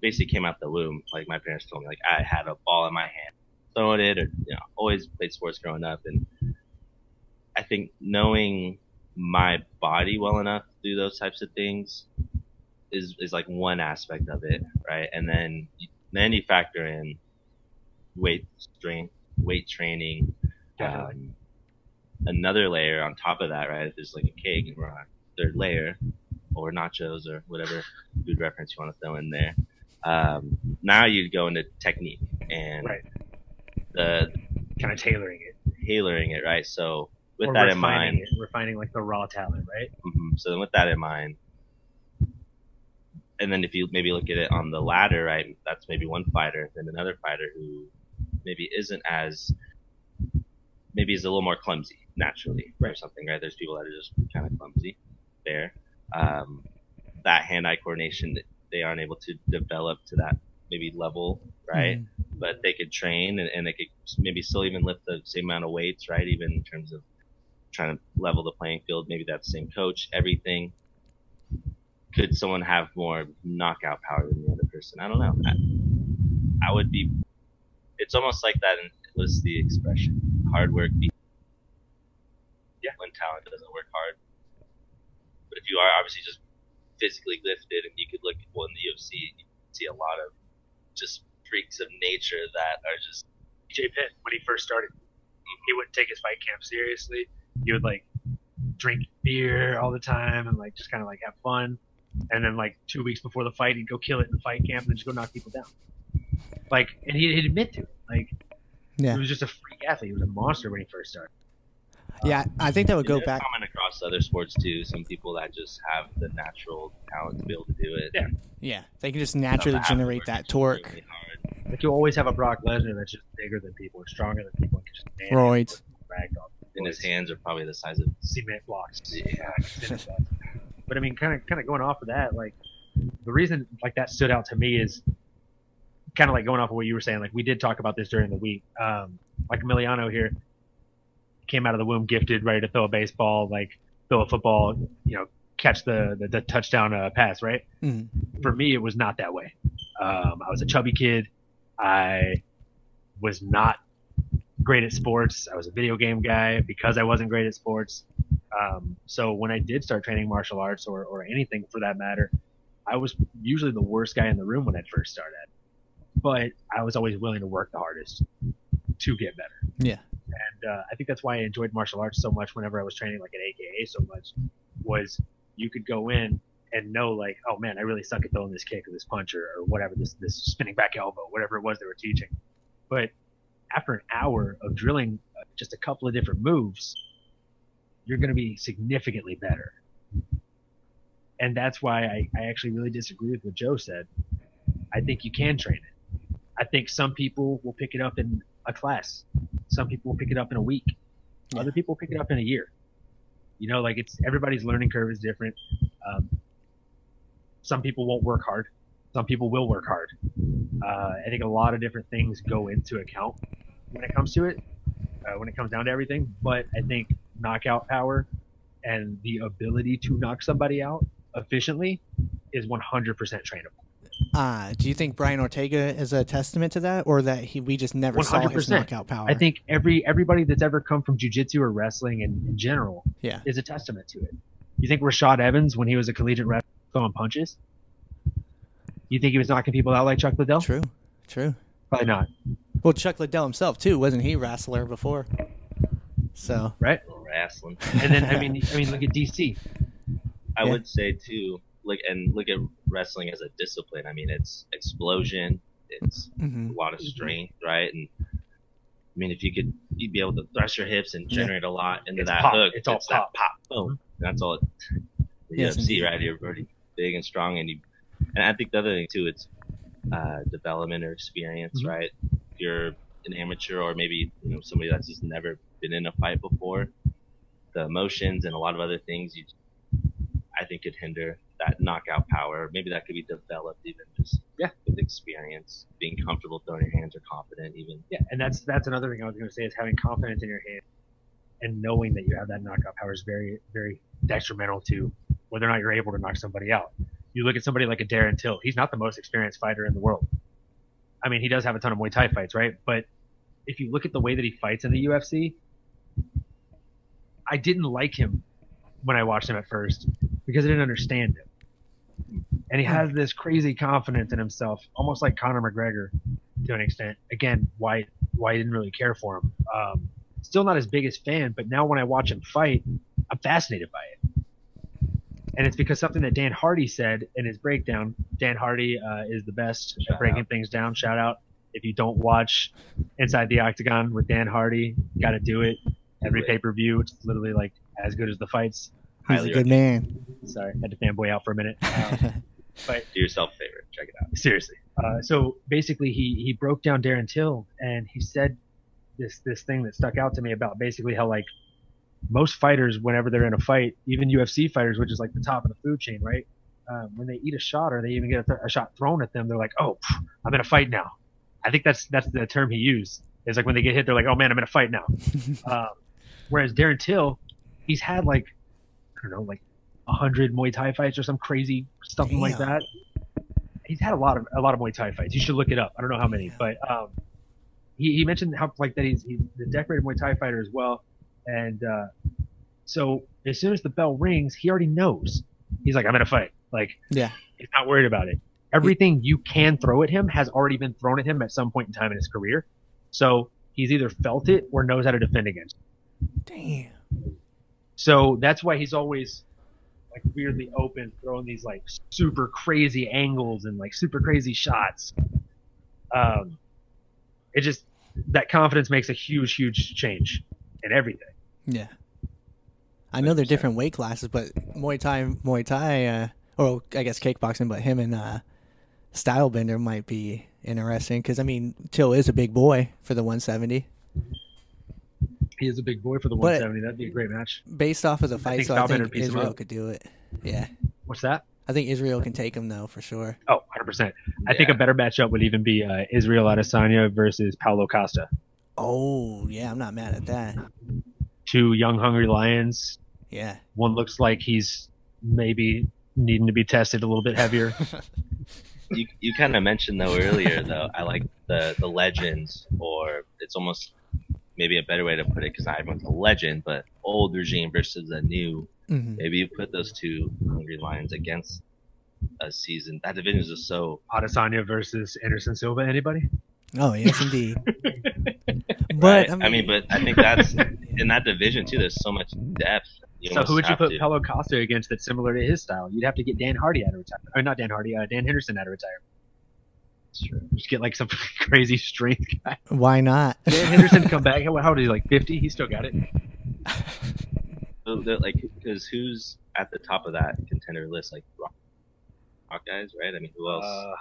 basically came out the womb, like my parents told me, like I had a ball in my hand, throwing it, or you know, always played sports growing up. And I think knowing my body well enough to do those types of things is is like one aspect of it, right? And then then you factor in weight strength, weight training, Definitely. um, another layer on top of that, right? If there's like a cake and we're on third layer, or nachos, or whatever food reference you want to throw in there. Um, now you go into technique and Right. the kind of tailoring it. tailoring it, right? So with or that in refining mind, it, refining like the raw talent, right? Mhm. So then, with that in mind, and then if you maybe look at it on the ladder, right? That's maybe one fighter, then another fighter who maybe isn't as maybe is a little more clumsy naturally or Right. something, right? There's people that are just kind of clumsy there. Um, that hand-eye coordination, they aren't able to develop to that maybe level, right? Mhm. but they could train and, and they could maybe still even lift the same amount of weights, right? Even in terms of trying to level the playing field, maybe that same coach, everything. Could someone have more knockout power than the other person? I don't know. I, I would be. It's almost like that. in- What's the expression? Hard work. Be, yeah. When talent doesn't work hard. But if you are obviously just physically lifted, and you could look at well, in the UFC, you see a lot of just freaks of nature that are just Jay Pitt when he first started. He wouldn't take his fight camp seriously. He would like drink beer all the time and like just kind of like have fun. And then like two weeks before the fight, he'd go kill it in the fight camp and then just go knock people down. Like, and he'd, he'd admit to it. Like, Yeah. he was just a freak athlete. He was a monster when he first started. Yeah. I think that would go it's back. common across other sports too. Some people that just have the natural talent to be able to do it. Yeah. Yeah. They can just Some naturally have to generate work that extremely torque. hard. Like, you always have a Brock Lesnar that's just bigger than people, or stronger than people, and can just man Roids. dragged off And his hands are probably the size of cement blocks. Yeah, cement blocks. But I mean, kind of, kind of going off of that, like the reason like that stood out to me is kind of like going off of what you were saying. Like we did talk about this during the week. Um, like Emiliano here came out of the womb gifted, ready to throw a baseball, like throw a football, you know, catch the the, the touchdown uh, pass, right? Mhm. for me, it was not that way. Um, I was a chubby kid. I was not great at sports. I was a video game guy because I wasn't great at sports. Um, so when I did start training martial arts or, or anything for that matter, I was usually the worst guy in the room when I first started. But I was always willing to work the hardest to get better. Yeah. And uh, I think that's why I enjoyed martial arts so much whenever I was training like at AKA so much was you could go in and know like, oh man, I really suck at throwing this kick or this punch or, or whatever, this this spinning back elbow, whatever it was they were teaching. But after an hour of drilling uh, just a couple of different moves, you're going to be significantly better. And that's why I, I actually really disagree with what Joe said. I think you can train it. I think some people will pick it up in a class. Some people will pick it up in a week. Other people will pick it up in a year. You know, like it's everybody's learning curve is different. Um, some people won't work hard. Some people will work hard. Uh, I think a lot of different things go into account when it comes to it, uh, when it comes down to everything. But I think knockout power and the ability to knock somebody out efficiently is 100% trainable. Uh, do you think Brian Ortega is a testament to that, or that he we just never saw his 100%. knockout power? I think every everybody that's ever come from jujitsu or wrestling in, in general Yeah. is a testament to it. You think Rashad Evans, when he was a collegiate wrestler, throwing punches? You think he was knocking people out like Chuck Liddell? true, true. Probably not, Well, Chuck Liddell himself too wasn't he a wrestler before? So right? wrestling. And then I mean, I mean, look at DC. I Yeah. would say too, look and look at wrestling as a discipline. I mean, it's explosion, it's mhm. a lot of strength, right? And I mean, if you could, you'd be able to thrust your hips and Yeah. generate a lot into It's that pop. hook. It's all that pop, boom. And that's all. It, the Yes, UFC, indeed. right? You're pretty big and strong, and you. And I think the other thing too, it's uh, development or experience, Mm-hmm. Mhm. right? If you're an amateur or maybe you know somebody that's just never been in a fight before, the emotions and a lot of other things, you, I think, could hinder that knockout power. Maybe that could be developed even just Yeah. with experience, being comfortable throwing your hands or confident even. Yeah, and that's that's another thing I was going to say is having confidence in your hand and knowing that you have that knockout power is very very detrimental to whether or not you're able to knock somebody out. You look at somebody like a Darren Till. He's not the most experienced fighter in the world. I mean, he does have a ton of Muay Thai fights, right? But if you look at the way that he fights in the UFC, I didn't like him when I watched him at first because I didn't understand him. And he has this crazy confidence in himself, almost like Conor McGregor to an extent. Again, why why I didn't really care for him. Um, still not his biggest fan, but now when I watch him fight, I'm fascinated by it. And it's because something that Dan Hardy said in his breakdown. Dan Hardy uh, is the best Shout at breaking out. things down. Shout out if you don't watch Inside the Octagon with Dan Hardy, got to do it. Every Do it. pay per view, it's literally like as good as the fights. he's a highly good man. Sorry, had to fanboy out for a minute. Um, Do yourself a favor, check it out. seriously. Uh, so basically, he he broke down Darren Till, and he said this this thing that stuck out to me about basically how like most fighters, whenever they're in a fight, even UFC fighters, which is like the top of the food chain, right? Um, when they eat a shot or they even get a, th- a shot thrown at them, they're like, "Oh, phew, I'm in a fight now." I think that's that's the term he used. It's like when they get hit, they're like, "Oh man, I'm in a fight now." um, whereas Darren Till, he's had like I don't know, like a hundred Muay Thai fights or some crazy something like Damn. that. He's had a lot of a lot of Muay Thai fights. You should look it up. I don't know how many, but um, he, he mentioned how like that he's, he's the decorated Muay Thai fighter as well, and uh, so as soon as the bell rings, he already knows. He's like, I'm in a fight. Like, Yeah. he's not worried about it. Everything you can throw at him has already been thrown at him at some point in time in his career. So he's either felt it or knows how to defend against. it. Damn. So that's why he's always like weirdly open, throwing these like super crazy angles and like super crazy shots. Um, it just that confidence makes a huge, huge change in everything. Yeah. I know they're 100%. different weight classes, but Muay Thai, Muay Thai, uh, or I guess kickboxing, but him and uh, Stylebender might be interesting because I mean Till is a big boy for the 170. He is a big boy for the But- 170. That'd be a great match. Based off of the fight, think so I Stylebender think beats him Israel up. could do it. Yeah, What's that? I think Israel can take him though for sure. Oh, 100 percent. I think a Yeah. better matchup would even be uh, Israel Adesanya versus Paulo Costa. Oh yeah, I'm not mad at that. Two young, hungry lions. Yeah, One looks like he's maybe needing to be tested a little bit heavier. you you kind of mentioned though earlier though I like the the legends or it's almost maybe a better way to put it because not everyone's a legend but old regime versus a new hmm maybe you put those two hungry lions against a season that division is just so Adesanya versus Anderson Silva. Anybody? Oh yes, indeed. right? but I mean but I think that's in that division too there's so much depth you so almost who would you have put to- Paulo Costa against that's similar to his style? You'd have to get Dan Hardy out of retirement. Or not Dan Hardy, uh, Dan Henderson out of retirement. Just get like some crazy strength guy. why not? Dan Henderson come back. How, how old is he? Like fifty? He's still got it. So Oh, they're like, because who's at the top of that contender list? Like Rock, Rock guys, right? I mean, who else? Uh,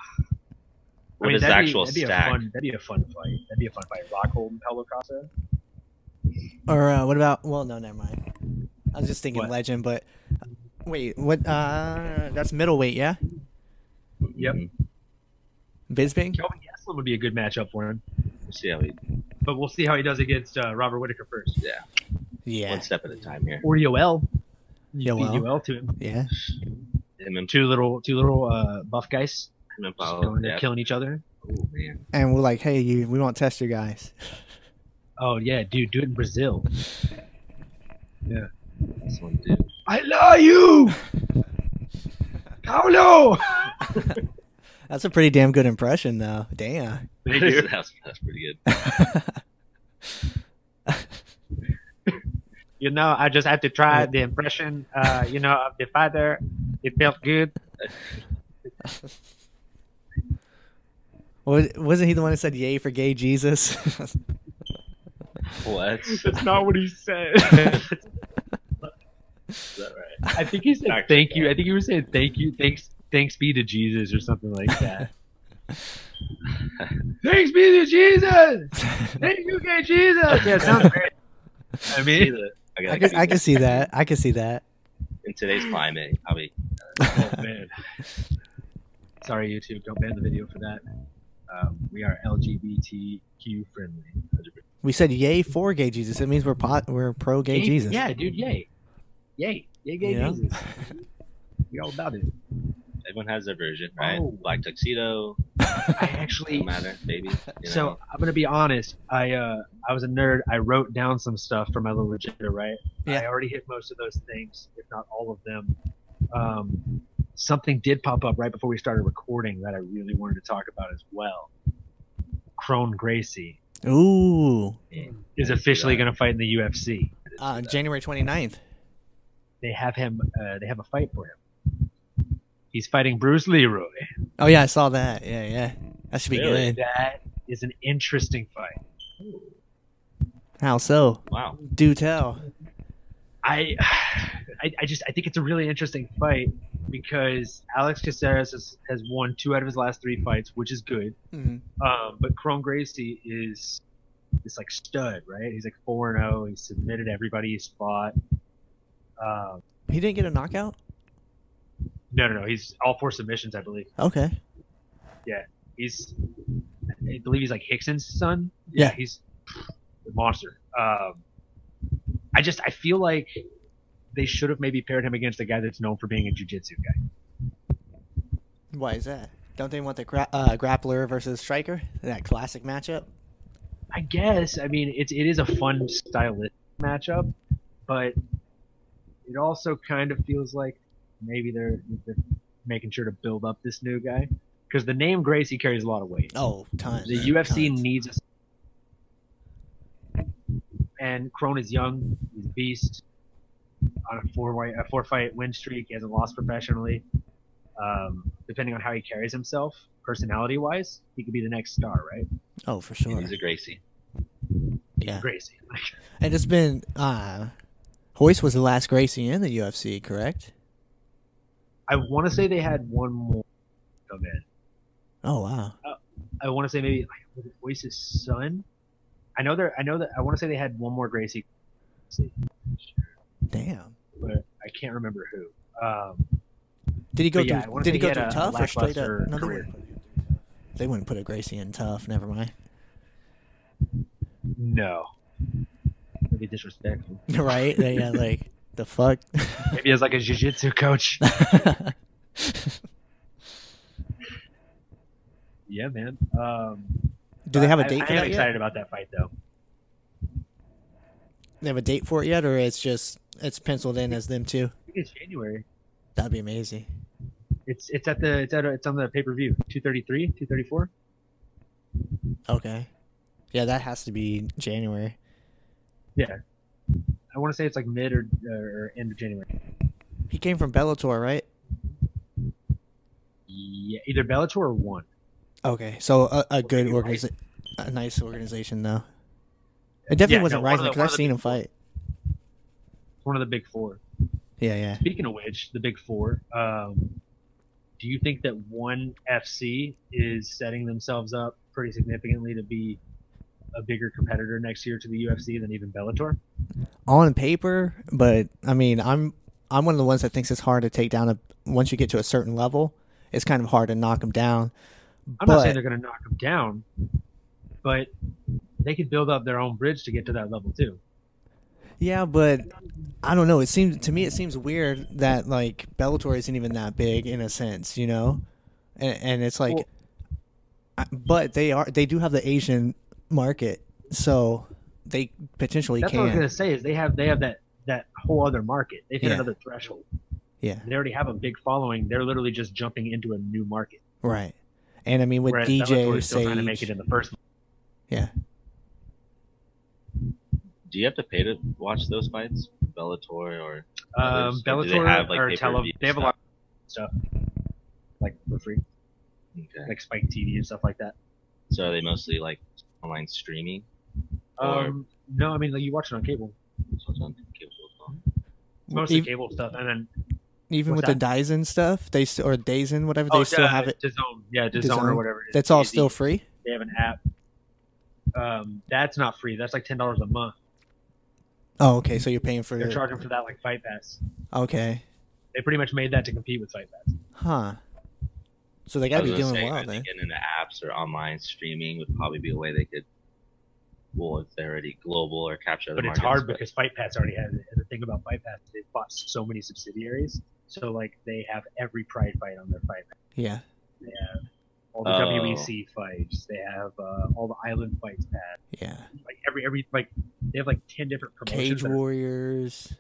what is the that'd be- actual that'd be, stack? A fun, that'd be a fun fight. That'd be a fun fight. Rockhold and Paulo Costa. Or uh, what about? Well, no, never mind. I was just thinking What? legend, but uh, wait, what? Uh, that's middleweight, yeah. Yep. Mm-hmm. Bisping. Kelvin Gastelum would be a good matchup for him. We'll see how we But we'll see how he does against uh, Robert Whitaker first. Yeah. one step at a time here. Or E Yoel. Yeah. E Beat Well. Yoel E to him. Yeah. Him and, Two little, two little uh, buff guys him and just Paulo. going there, Yeah. killing each other. Oh man, And we're like, hey, you, we won't test your guys. Oh yeah, dude, do it in Brazil. this one dude. I love you, Paulo. That's a pretty damn good impression, though. Damn. Thank you. that's, that's pretty good. You know, I just had to try the impression. Uh, you know, of the father. It felt good. Was, wasn't he the one that said "Yay for gay Jesus"? What? Is That's not what he said. that right? I think he said Back to thank that. you. I think he was saying thank you, thanks, thanks be to Jesus or something like that. thanks be to Jesus. Thank you, gay Jesus. Yeah, it sounds great. I See mean, the- I I could, got I could see that. I could see that. in today's climate, he probably oh man. Sorry, YouTube. Don't ban the video for that. Um, we are LGBTQ friendly. We said "Yay for gay Jesus." It means we're pot, we're pro gay Jesus. Yeah, dude. Yay. Yay. Yay, gay Yeah. Jesus. We all about it. everyone has their version, right? Oh. Black tuxedo, I actually. don't matter, baby. You so know? I'm gonna be honest. I uh, I was a nerd. I wrote down some stuff for my little agenda, right? Yeah. I already hit most of those things, if not all of them. Um, something did pop up right before we started recording that I really wanted to talk about as well. Crone Gracie Ooh. is Yeah, I see officially that. going to fight in the UFC. Uh, January 29th. They have him. Uh, they have a fight for him. He's fighting Bruce Leroy. Oh yeah, I saw that. Yeah, yeah. That should be Really? good. That is an interesting fight. How so? Wow. Do tell. I, I, I just I think it's a really interesting fight because Alex Caceres has, has won two out of his last three fights, which is good. Mhm. Um, but Cron Gracie is this like stud, right? He's like four and zero. He's submitted everybody he's fought. Um, He didn't get a knockout. no, no, no. He's all four submissions, I believe. Okay. He's I believe he's like Hickson's son. Yeah. he's a monster. Um, I just I feel like they should have maybe paired him against a guy that's known for being a jujitsu guy. Why is that? Don't they want the gra- uh, grappler versus striker? That classic matchup. I guess. I mean, it's it is a fun stylistic matchup, but it also kind of feels like maybe they're, they're making sure to build up this new guy because the name Gracie carries a lot of weight. Oh, tons. The UFC tons. needs us. And Crone is young. He's a beast. On a four white, a four fight win streak, he hasn't lost professionally. Um, depending on how he carries himself, personality wise, he could be the next star, right? Oh, for sure. He's a Gracie. Yeah. Gracie. And it's been. uh Hoist was the last Gracie in the UFC, correct? I want to say they had one more come in. Oh wow. I want to say maybe like, was it Voice's son. I know they're. I know that. I want to say they had one more Gracie, Damn. but I can't remember who. Um, Did he go But yeah, I through? wanna Did say he he go had through a tough or straight up? lackluster No, they career. wouldn't, put, they wouldn't put a Gracie in tough. Never mind. no, maybe disrespectful. right? Yeah. Like the fuck. Maybe as like a jiu-jitsu coach. yeah, man. Um, Do they have a I- date I, for am that yet? excited about that fight though. They have a date for it yet, or it's just it's penciled in as them two? I think it's January. That'd be amazing. It's it's at the it's at it's on the pay per view. Two thirty three, two thirty four. Okay. Yeah, that has to be January. I want to say it's like mid or, or end of January. He came from Bellator, right? Yeah, either Bellator or one. Okay, so a, a good maybe Rising. organization, a nice organization though. It definitely Yeah, wasn't no, one of Rising the- because one I've of the seen him fight. It's one of the big four. Yeah, yeah. Speaking of which, the big four. Um, do you think that one FC is setting themselves up pretty significantly to be a bigger competitor next year to the UFC than even Bellator? On paper, but I mean, I'm I'm one of the ones that thinks it's hard to take down a once you get to a certain level, it's kind of hard to knock them down. I'm but not saying they're going to knock them down, but they could build up their own bridge to get to that level too. yeah, but I don't know. It seems to me it seems weird that like Bellator isn't even that big in a sense, you know, and, and it's like, Well- I- but they are they do have the Asian market, so they potentially That's what I was can. going to say is they have they have that that whole other market. They've hit Yeah. another threshold. Yeah, They already have a big following. They're literally just jumping into a new market. right. And I mean with whereas Bellator DJ is still trying to make it Sage, in the first. yeah. Do you have to pay to watch those fights, Bellator or? Um, Or do they Bellator have, like, or pay-per-view tele, they have a lot of stuff like for free, Okay. like Spike TV and stuff like that. So are they mostly like online streaming? Or- Um, no, I mean like you watch it on cable, So it's on cable as well. It's mostly Ev- cable stuff, and then even with What's the Dyson stuff, they st- or Dazen, whatever, they oh, still uh, have it. DAZN, yeah, DAZN or DAZN. whatever. It is. That's all Easy. still free. They have an app. Um, that's not free. That's like ten dollars a month. Oh, okay. So you're paying for They're your charging for that like Fight Pass. okay, They pretty much made that to compete with Fight Pass. huh? So they I gotta was be gonna doing say, well I then. think getting into apps or online streaming would probably be a way they could. Well, if they're already global or capture other But it's markets, hard but- because Fight Pass already has it. And the thing about Fight Pass, is they've bought so many subsidiaries. So like they have every Pride fight on their Fight Pass. Yeah, They have all the Oh. WEC fights. They have uh, all the Island fights. Pass. yeah. Like every every like they have like ten different promotions. Cage that are- Warriors,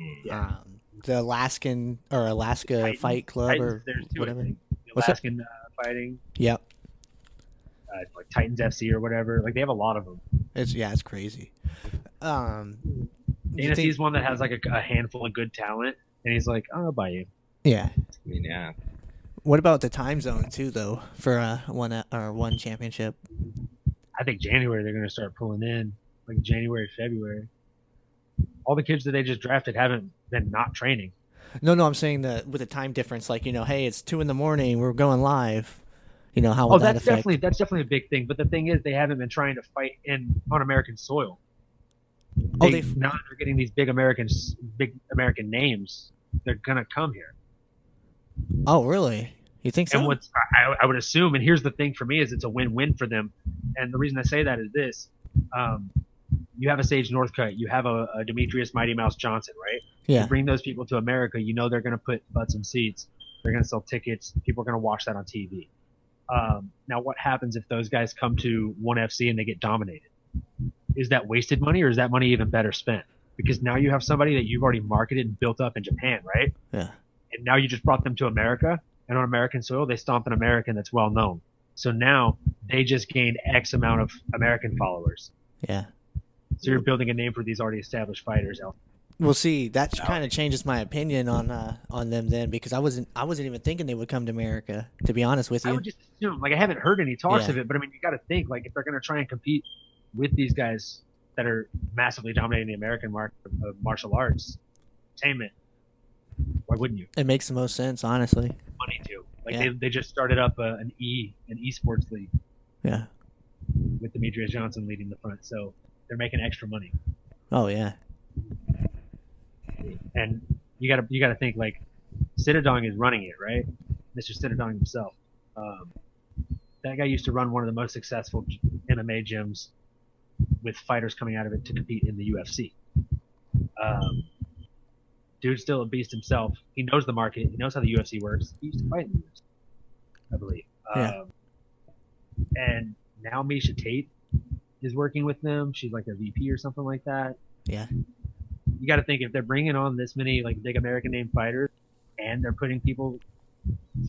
Mm. Yeah. um, the Alaskan or Alaska Titans- Fight Club Titans, or there's two, whatever. I think. The What's that? Alaskan uh, fighting, Yep, uh, like Titans FC or whatever. Like they have a lot of them. it's yeah, it's crazy. Um, do you Dana think- sees one that has like a, a handful of good talent, and he's like, "Oh, "I'll buy you." yeah. I mean, yeah. What about the time zone too, though, for uh, one uh, or one championship? I think January they're going to start pulling in, like January, February. All the kids that they just drafted haven't been not training. No, no, I'm saying that with the time difference, like you know, hey, it's two in the morning, we're going live. You know how will oh, that that's affect? definitely that's definitely a big thing. But the thing is, they haven't been trying to fight in on American soil. Oh, They, they've- now that they're getting these big Americans, big American names. They're gonna come here, Oh, really? You think so? and what's I, I would assume. And here's the thing for me is it's a win-win for them. And the reason I say that is this: um, you have a Sage Northcutt, you have a, a Demetrius Mighty Mouse Johnson, right? yeah, you bring those people to America, you know they're going to put butts in seats. They're going to sell tickets. People are going to watch that on TV. Um, now, what happens if those guys come to one FC and they get dominated? Is that wasted money, or is that money even better spent? Because now you have somebody that you've already marketed and built up in Japan, right? yeah, And now you just brought them to America, and on American soil, they stomp an American that's well known. So now they just gained X amount of American followers. yeah. So you're building a name for these already established fighters. out. Well, see, that kind of changes my opinion on uh, on them then because I wasn't I wasn't even thinking they would come to America. To be honest with I you, would just assume. Like I haven't heard any talks Yeah. of it, but I mean, you got to think like if they're going to try and compete with these guys that are massively dominating the American market of martial arts entertainment, why wouldn't you? it makes the most sense, honestly. Money to like Yeah. they, they just started up a, an e an esports league Yeah. with Demetrius Johnson leading the front, so they're making extra money. Oh yeah. And you got to you got to think like Citadong is running it right, Mr. Citadong himself. Um, that guy used to run one of the most successful gy- MMA gyms with fighters coming out of it to compete in the UFC. Um, dude's still a beast himself. He knows the market. He knows how the UFC works. He used to fight in the UFC, I believe. Yeah. Um, and now Misha Tate is working with them. She's like a VP or something like that. Yeah. You got to think if they're bringing on this many like big American name fighters, and they're putting people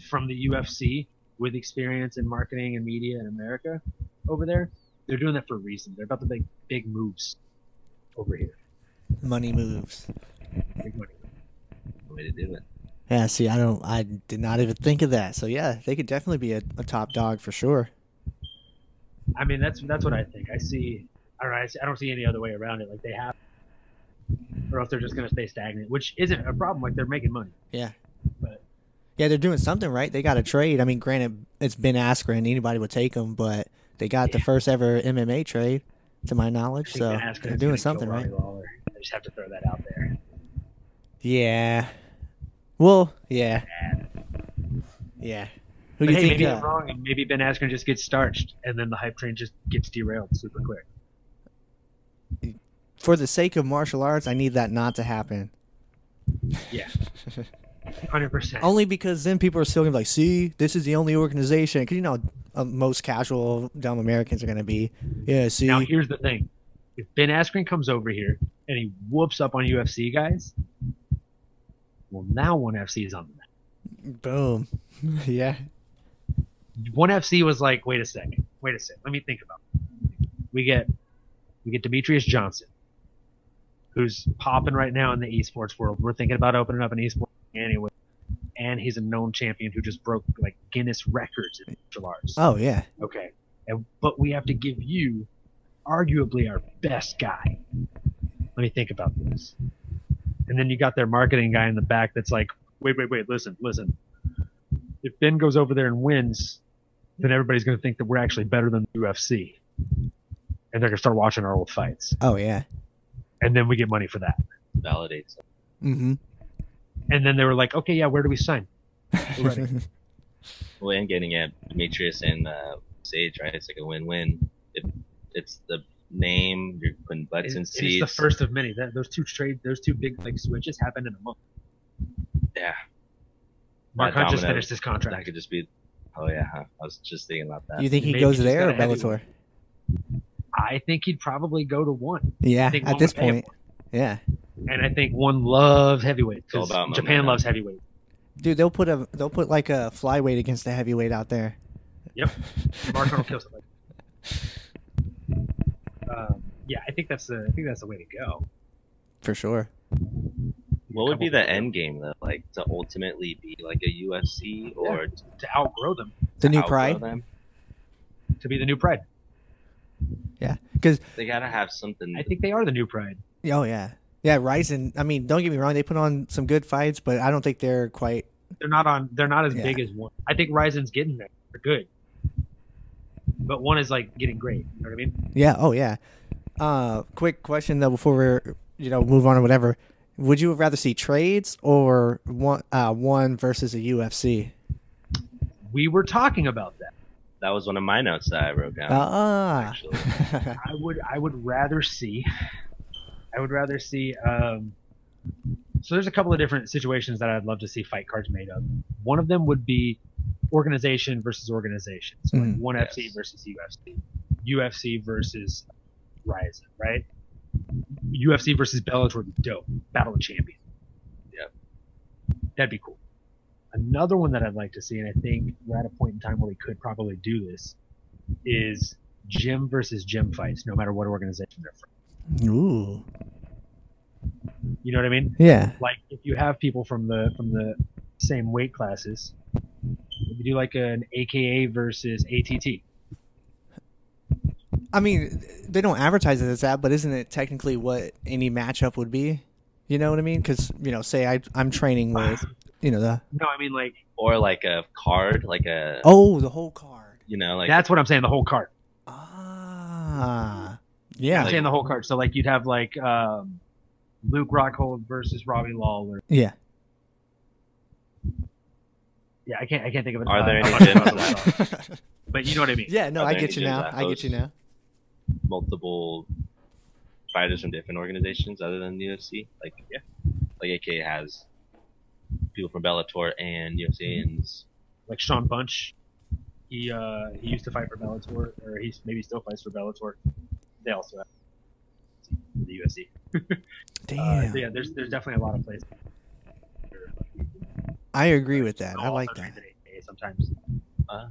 from the UFC with experience in marketing and media in America over there, they're doing that for a reason. They're about to make big moves over here. Money moves. Big money. Way to do it. Yeah. See, I don't. I did not even think of that. So yeah, they could definitely be a, a top dog for sure. I mean, that's that's what I think. I see. I don't know. I, see, I don't see any other way around it. Like they have or else they're just going to stay stagnant, which isn't a problem. Like they're making money. Yeah. But- Yeah, they're doing something right. They got a trade. I mean, granted, it's Ben Askren. Anybody would take him, but they got the first ever MMA trade, to my knowledge. I think So Askren's they're gonna doing kill something right. Robbie Lawler. I just have to throw that out there. Yeah. Well, yeah. Bad. Yeah. Who But do you hey, think? maybe uh, I'm wrong, and maybe Ben Askren just gets starched, and then the hype train just gets derailed super quick. for the sake of martial arts, I need that not to happen. Yeah, hundred percent. Only because then people are still gonna be like, "See, this is the only organization." Because you know, uh, most casual dumb Americans are gonna be, "Yeah, see, Now here's the thing: if Ben Askren comes over here and he whoops up on UFC guys, well, now ONE FC is on the map. boom." yeah. One FC was like, wait a second, wait a second, let me think about. It. We get we get Demetrius Johnson, who's popping right now in the esports world. We're thinking about opening up an esports anyway, and he's a known champion who just broke like Guinness records in martial arts. Oh yeah. Okay, and but we have to give you arguably our best guy. Let me think about this. And then you got their marketing guy in the back that's like, wait, wait, wait, listen, listen. If Ben goes over there and wins, then everybody's going to think that we're actually better than the UFC. And they're going to start watching our old fights. Oh yeah. And then we get money for that. validates. Mm-hmm. And then they were like, okay, yeah, where do we sign? We're ready. Well, and getting at Demetrius and uh, Sage, right? It's like a win-win. If it's the name, you're putting butts It- in it's seats. the first of many. That, those two trade, those two big like switches happened in a month. Yeah, Mark That Hunt just domino- finished his that contract. could just be. Oh yeah, huh? I was just thinking about that. you think he Maybe goes he's there or got a heavy Bellator? I think he'd probably go to one. Yeah. think At one this would pay him point. Yeah. and I think one loves heavyweight It's all because about Japan momentum. loves heavyweight. Dude, they'll put a they'll put like a flyweight against a heavyweight out there. Yep. Mark Hunt will kill somebody. Um, yeah, I think that's the I think that's the way to go. For sure. What would be Couple the end game though? Like to ultimately be like a UFC or to to outgrow them The new outgrow pride. Them? to be the new pride? Yeah. Because They gotta have something. I think they are the new pride. oh yeah. Yeah, Ryzen. I mean, don't get me wrong, they put on some good fights, but I don't think they're quite They're not on. They're not as Yeah. big as one. I think Ryzen's getting there. They're good, but one is like getting great. You know what I mean? Yeah. Oh, yeah. Uh, quick question though, before we're you know move on or whatever. Would you rather see trades or one uh, one versus a UFC? We were talking about that. that was one of my notes that I wrote down. Ah, Uh, actually, I would I would rather see I would rather see um so there's a couple of different situations that I'd love to see fight cards made of. One of them would be organization versus organization. So like Mhm. one FC Yes. versus UFC. UFC versus Ryzen, right? UFC versus Bellator would be dope. Battle of Champions. Yep. That'd be cool. Another one that I'd like to see, and I think we're at a point in time where we could probably do this, is gym versus gym fights, no matter what organization they're from. ooh, You know what I mean? yeah, Like if you have people from the from the same weight classes, if you do like an AKA versus ATT. I mean, they don't advertise it as that, but isn't it technically what any matchup would be? You know what I mean? Because you know, say I I'm training with you know the No, I mean like or like a card, like a oh the whole card. you know like that's what I'm saying. The whole card. Ah, I'm yeah, saying the whole card. So like you'd have like um, Luke Rockhold versus Robbie Lawler. yeah. Yeah, I can't I can't think of it. Uh, Are there I'm any not sure gyms about that. But you know what I mean. yeah, no, Are I there get you any gyms now. that I get you host- now. multiple fighters from different organizations other than the UFC. Like yeah, like AK has people from Bellator and UFC and like Sean Bunch. He uh, he used to fight for Bellator, or he maybe still fights for Bellator. They also have the UFC. Uh, Damn, so yeah, there's there's definitely a lot of places. I agree with that. I like Also that. trained in AKA Sometimes. Uh,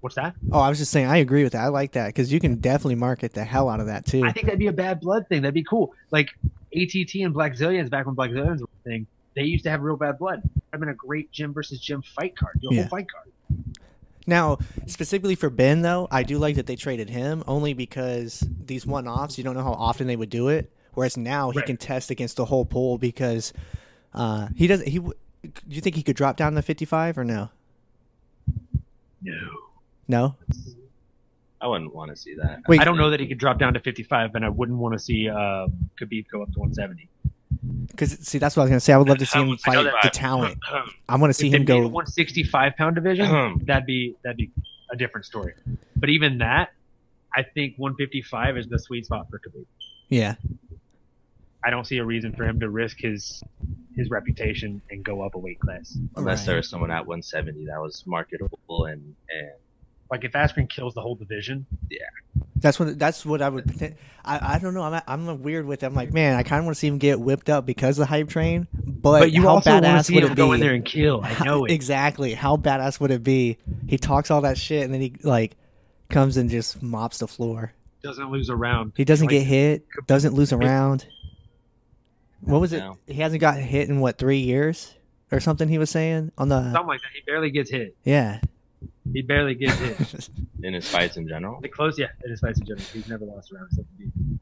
What's that? Oh, I was just saying, I agree with that. I like that because you can definitely market the hell out of that too. I think that'd be a bad blood thing. That'd be cool. Like ATT and Black Zillions back when Black Zillions were a thing. They used to have real bad blood. I've been a great gym versus gym fight card. Do a Yeah. whole fight card. Now, specifically for Ben though, I do like that they traded him only because these one-offs, you don't know how often they would do it. Whereas now he Right. can test against the whole pool because uh, he doesn't. He w- do you think he could drop down to fifty five or no? No. No. I wouldn't want to see that. Wait. I don't know that he could drop down to 55, and I wouldn't want to see uh, Khabib go up to 170. Because see, that's what I was gonna say. I would love to see him I fight know the that. talent. I want to see him If they made a go. Uh-huh. 165 pound division. that'd be that'd be a different story. But even that, I think 155 is the sweet spot for Khabib. Yeah, I don't see a reason for him to risk his his reputation and go up a weight class. Unless Right. there was someone at 170 that was marketable and and Like if Askren kills the whole division, That's what that's what I would. pretend- I I don't know. I'm I'm weird with. It. I'm like, man, I kind of want to see him get whipped up because of the hype train. But, but you how also want to badass see would him it go be? in there and kill. I know it. exactly. How badass would it be? He talks all that shit and then he like comes and just mops the floor. Doesn't lose a round. He doesn't Like, get hit. Doesn't lose a round. What was it? No. He hasn't gotten hit in what three years or something? He was saying on the Something like that. He barely gets hit. yeah. He barely gets hit. in his fights in general. the close, yeah, it is Tyson Jones. He's never lost a round except for Khabib.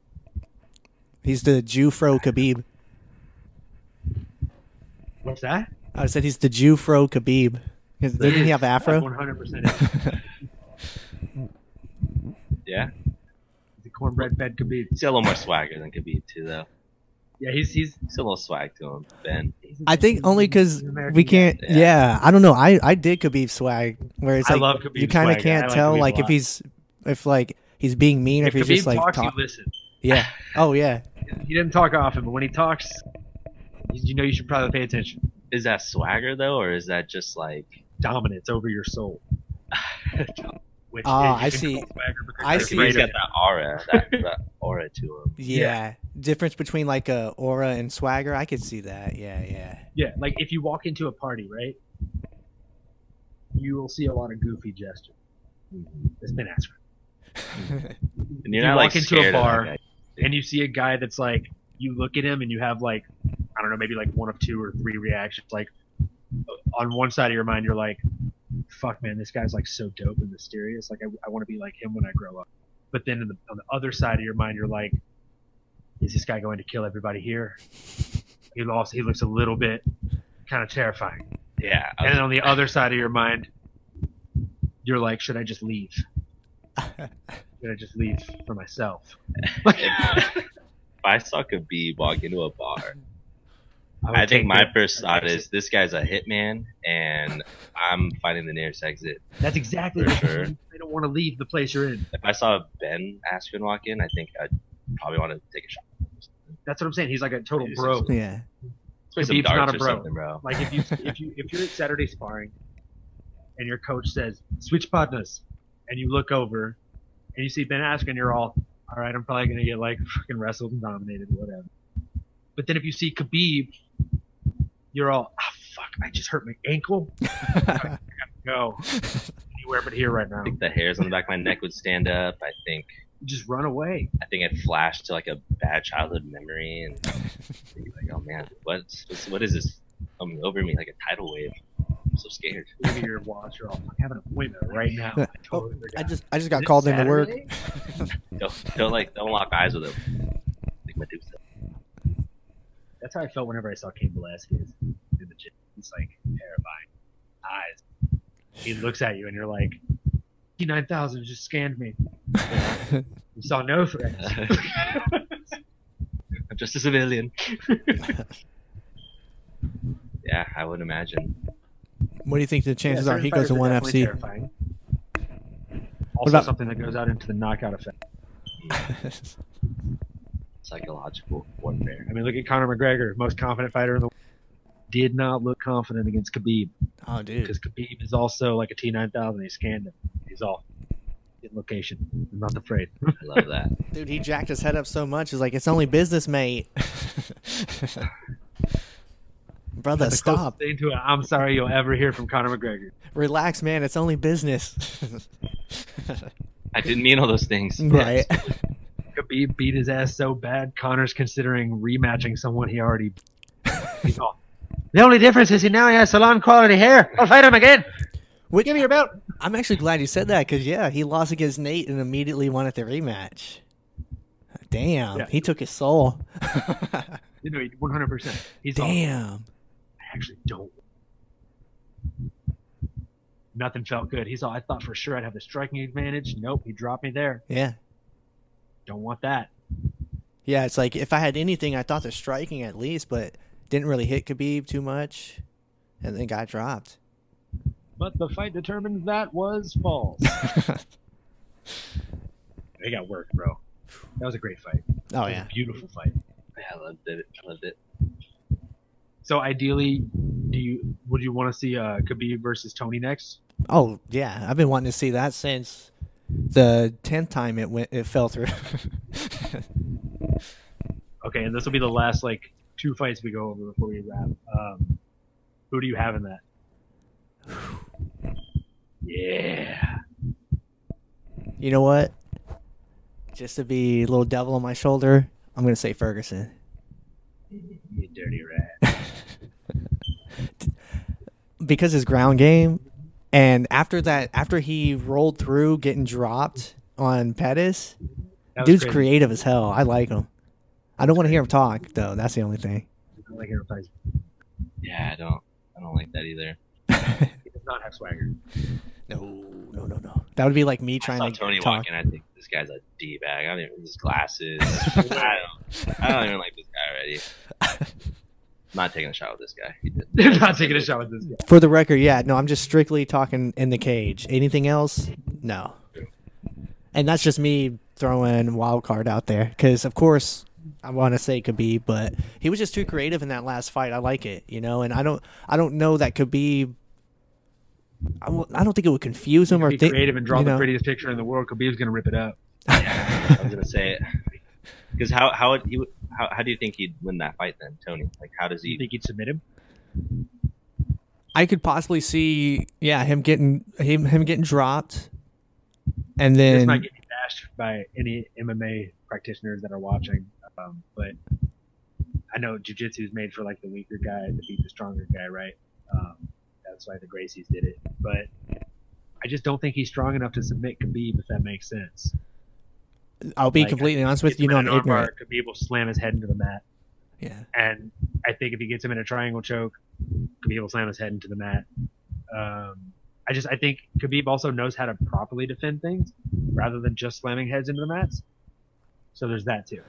He's the Jufro Khabib. What's that? I said he's the Jufro Khabib. 'Cause Didn't he have afro? One hundred percent. He's Yeah, a cornbread fed Khabib. he's got a little more swagger than Khabib too, though. Yeah, he's he's. He's got a little swag to him, Ben. he's I think only because he's an American we guy. can't. Yeah. Yeah. I don't know. I I dig Khabib swag, where it's I like love Khabib. you kind of can't tell like, if he's he's if like he's being mean or if, he's if Khabib just like talks, talk- you listen. yeah. Oh yeah. He didn't talk often, but when he talks, you you know you should probably pay attention. Is that swagger though, or is that just like Dominance over your soul. Which Ah, is- you I Ah, see. can call swagger because I you're see. Khabib's greater. got that aura, that, that aura to him? yeah, Difference between like a aura and swagger, I could see that. Yeah, yeah. Yeah, like if you walk into a party, right? You will see a lot of goofy gestures. It's been asked. And you're You not walk like into a scared of that bar. guy. and you see a guy that's like you look at him and you have like i don't know maybe like one of two or three reactions like on one side of your mind you're like fuck man this guy's like so dope and mysterious like i, I want to be like him when i grow up but then in the, on the other side of your mind you're like is this guy going to kill everybody here he lost he looks a little bit kind of terrifying Yeah, I and was- then on the other side of your mind you're like should i just leave should i just leave for myself if I saw Khabib walk into a bar, would I think take my that. first thought is this guy's a hitman, and I'm finding the nearest exit. That's exactly For what sure. you- They don't want to leave the place you're in. If I saw Ben Askren walk in, I think I'd probably want to take a shot. That's what I'm saying. He's like a total He's bro. just- yeah. Play some Khabib's darts not a or bro. something, bro. Like if you if you if you're at Saturday sparring, and your coach says switch partners, and you look over, and you see Ben Askren, you're all, all right, I'm probably gonna get like fucking wrestled and dominated, whatever. But then if you see Khabib, you're all, ah, fuck, I just hurt my ankle. Go anywhere but here right now. I think the hairs on the back of my neck would stand up. I think Just run away. I think it flashed to like a bad childhood memory, and be like, oh man, what's, what's what is this coming over me like a tidal wave? I'm so scared. Look at your watch. You're all, I have an appointment right now. I totally I forgot. just I just got Is it called into work. Saturday? Don't, don't like don't lock eyes with him. Like my dude said. That's how I felt whenever I saw Cain Velasquez in the gym. He's like terrifying eyes. He looks at you and you're like, 59,000 just scanned me. You saw no threats. I'm just a civilian. yeah, I would imagine. what do you think the chances Yeah, are he certain goes to fighters one are definitely FC? terrifying. Also, about- something that goes out into the knockout effect. Psychological warfare. I mean, look at Conor McGregor, most confident fighter in the world. Did not look confident against Khabib oh, dude. because Khabib is also like a T9000. He scanned him. He's off. In location. I'm not afraid. I love that. Dude, he jacked his head up so much. He's like, it's only business, mate. Brother, The stop. closest thing to a I'm sorry you'll ever hear from Conor McGregor. Relax, man. It's only business. I didn't mean all those things. right. Khabib beat his ass so bad, Connor's considering rematching someone he already. He's off. The only difference is he now has salon quality hair. I'll fight him again. Which, Give me your belt. I'm actually glad you said that because yeah, he lost against Nate and immediately wanted the rematch. Damn, Yeah. he took his soul. You know, one hundred percent. He's all, Damn. I actually don't. Nothing felt good. He's all. I thought for sure I'd have the striking advantage. Nope, he dropped me there. Yeah. Don't want that. Yeah, it's like if I had anything, I thought the striking at least, but didn't really hit Khabib too much, and then got dropped. But the fight determined that was false. They got worked, bro. That was a great fight. Oh It was yeah. a beautiful fight. Yeah, I loved it. I loved it. So ideally, do you would you want to see uh, Khabib versus Tony next? Oh yeah. I've been wanting to see that since the tenth time it went. It fell through. Okay, and this will be the last like two fights we go over before we wrap. Um, who do you have in that? Yeah, you know what? Just to be a little devil on my shoulder, I'm gonna say Ferguson. you dirty rat. because his ground game and after that after he rolled through getting dropped on Pettis, That was dude's crazy. creative as hell. I like him. I don't want to hear him talk though. That's the only thing. I don't like Aaron Price. Yeah, I don't. I don't like that either. He does not have swagger. No, no, no, no. That would be like me I trying saw to Tony talk. walking. I think this guy's a d bag. I don't even his glasses. I don't. I don't even like this guy already. Not taking a shot with this guy. He did. They're not taking a shot with this guy. For the record, yeah, no, I'm just strictly talking in the cage. Anything else? No. And that's just me throwing wild card out there because, of course, I want to say Khabib, but he was just too creative in that last fight. I like it, you know, and I don't, I don't know that Khabib. I w- I don't think it would confuse him or Be thi- creative and draw you the know. prettiest picture in the world. Khabib's gonna rip it up. I was gonna say it. Because how how would he would- how, how do you think he'd win that fight then, Tony? Like how does You he? think he'd submit him? I could possibly see, yeah, him getting him him getting dropped, and then this might get bashed by any MMA practitioners that are watching, um, but I know jujitsu is made for like the weaker guy to beat the stronger guy, right? Um, that's why the Gracies did it. But I just don't think he's strong enough to submit Khabib, if that makes sense. I'll be like, completely honest with Gets you, you him know, I'm in an armbar, ignorant. Khabib will slam his head into the mat, Yeah, and I think if he gets him in a triangle choke, Khabib will slam his head into the mat. Um, I just I think Khabib also knows how to properly defend things rather than just slamming heads into the mats. So there's that too.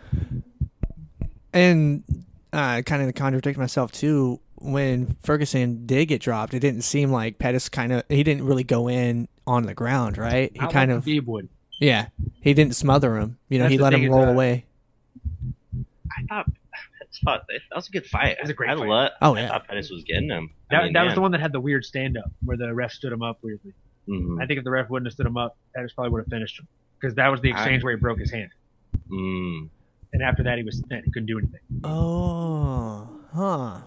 and uh, kind of contradict myself too. When Ferguson did get dropped, it didn't seem like Pettis kind of he didn't really go in on the ground, right? He Not kind like of Khabib would. yeah, he didn't smother him. You know, That's he the let thing him is, roll uh, away. I thought I thought that that was a good fight. It was a great I fight. lo- Oh, I yeah. thought Pettis was getting him. That, that was the one that had the weird stand up where the ref stood him up weirdly. one. I think if the ref wouldn't have stood him up, Pettis probably would have finished him because that was the exchange where he broke his hand. Mm, And after that, he was spent. He couldn't do anything. Oh, huh.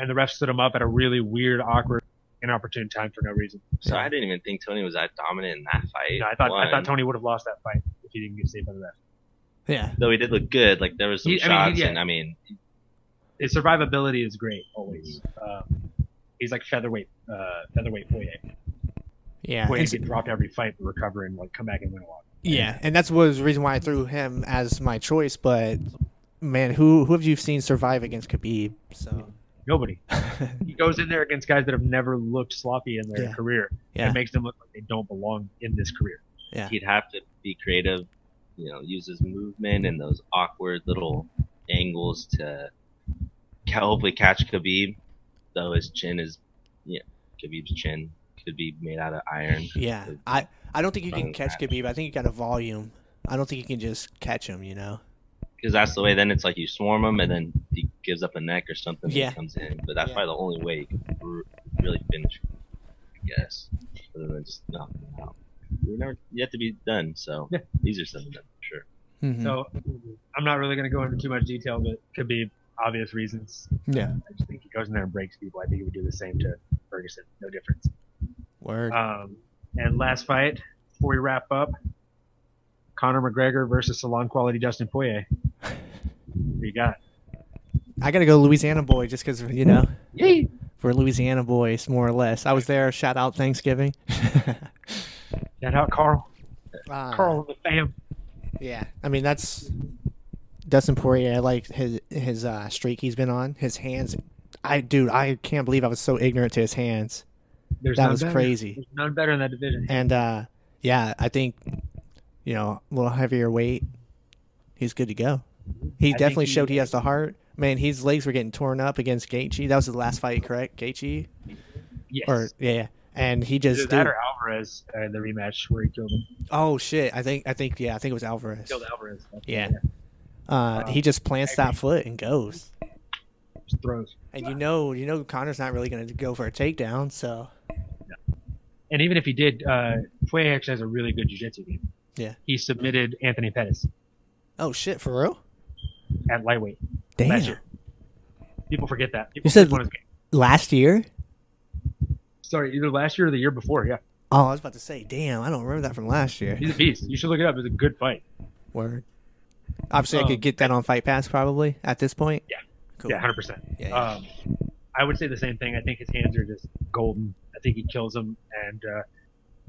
And the ref stood him up at a really weird, awkward, inopportune time for no reason. So I didn't even think Tony was that dominant in that fight. You know, I thought I One. thought Tony would have lost that fight if he didn't get saved by the ref. Yeah, Though he did look good. Like there was some He- I shots, mean, he- yeah. and I mean, His survivability is great always. Mm-hmm. Um, he's like featherweight, uh, featherweight Poirier, yeah, where he It's- get dropped every fight but recover and like come back and win a lot. yeah. And that's was the reason why I threw him as my choice. But man, who who have you seen survive against Khabib? So Nobody. he goes in there against guys that have never looked sloppy in their Yeah. career. Yeah. It makes them look like they don't belong in this career. he'd have to be creative, you know, use his movement and those awkward little angles to ca- hopefully catch Khabib. Though his chin is, yeah, Khabib's chin could be made out of iron. yeah, I I don't think you Oh, can catch Khabib. I think you got to volume. I don't think you can just catch him. You know. because that's the way. Then it's like you swarm him, and then he gives up a neck or something. Yeah. and comes in, but that's Yeah. probably the only way you can r- really finish. him, I guess, other than just knocking him out. You're never yet to be done, so Yeah. these are something for sure. Mhm. So I'm not really going to go into too much detail, but could be obvious reasons. yeah. I just think he goes in there and breaks people. I think he would do the same to Ferguson. No difference. Word. Um, and last fight before we wrap up, Conor McGregor versus salon quality Justin Poirier. Who you got? I gotta go Louisiana boy just because you know Yay! we're Louisiana boys more or less. I was there. Shout out Thanksgiving. Shout out Carl. Uh, Carl and the fam. Yeah, I mean that's Dustin Poirier, I like his his uh, streak he's been on. His hands, I dude, I can't believe I was so ignorant to his hands. There's That none was better. crazy. There's none better in that division. And uh, yeah, I think you know a little heavier weight, he's good to go. He think definitely he- showed he has the heart. Man, his legs were getting torn up against Gaethje. That was his last fight, correct? Gaethje, Yes. or yeah, yeah. and he Either just that dude, or Alvarez uh, in the rematch where he killed him. oh shit, I think I think yeah, I think it was Alvarez. Killed Alvarez. Yeah. Uh, he just plants that foot and goes. Just throws. And you know, you know, Connor's not really going to go for a takedown. So And even if he did, uh, Poirier actually has a really good jiu-jitsu game. Yeah. He submitted Anthony Pettis oh shit, for real? at lightweight Damn. last year. People forget that. People You said- sleep on his game. Last year? Sorry, either last year or the year before. Yeah. Oh, I was about to say, damn, I don't remember that from last year. He's a beast. You should look it up. It was a good fight. Word. Obviously, I Um, could get that on Fight Pass probably at this point. Yeah. Cool. Yeah, 100%. Yeah, yeah. Um, I would say the same thing. I think his hands are just golden. I think he kills him, and uh,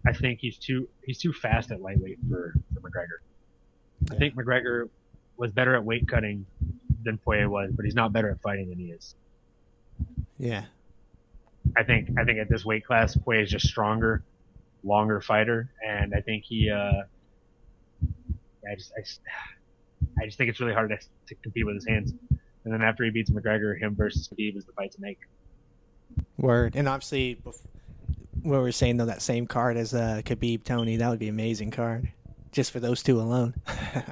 I think he's too he's too fast at lightweight for, for McGregor. I Yeah. think McGregor was better at weight cutting than Poirier was, but he's not better at fighting than he is. yeah. I think I think at this weight class, Poirier is just stronger, longer fighter, and I think he. Uh, I just I, s- I just think it's really hard to, to compete with his hands. And then after he beats McGregor, him versus Khabib is the fight to make. Word. And obviously, bef- what we were saying though, that same card as uh, Khabib Tony, that would be an amazing card, just for those two alone.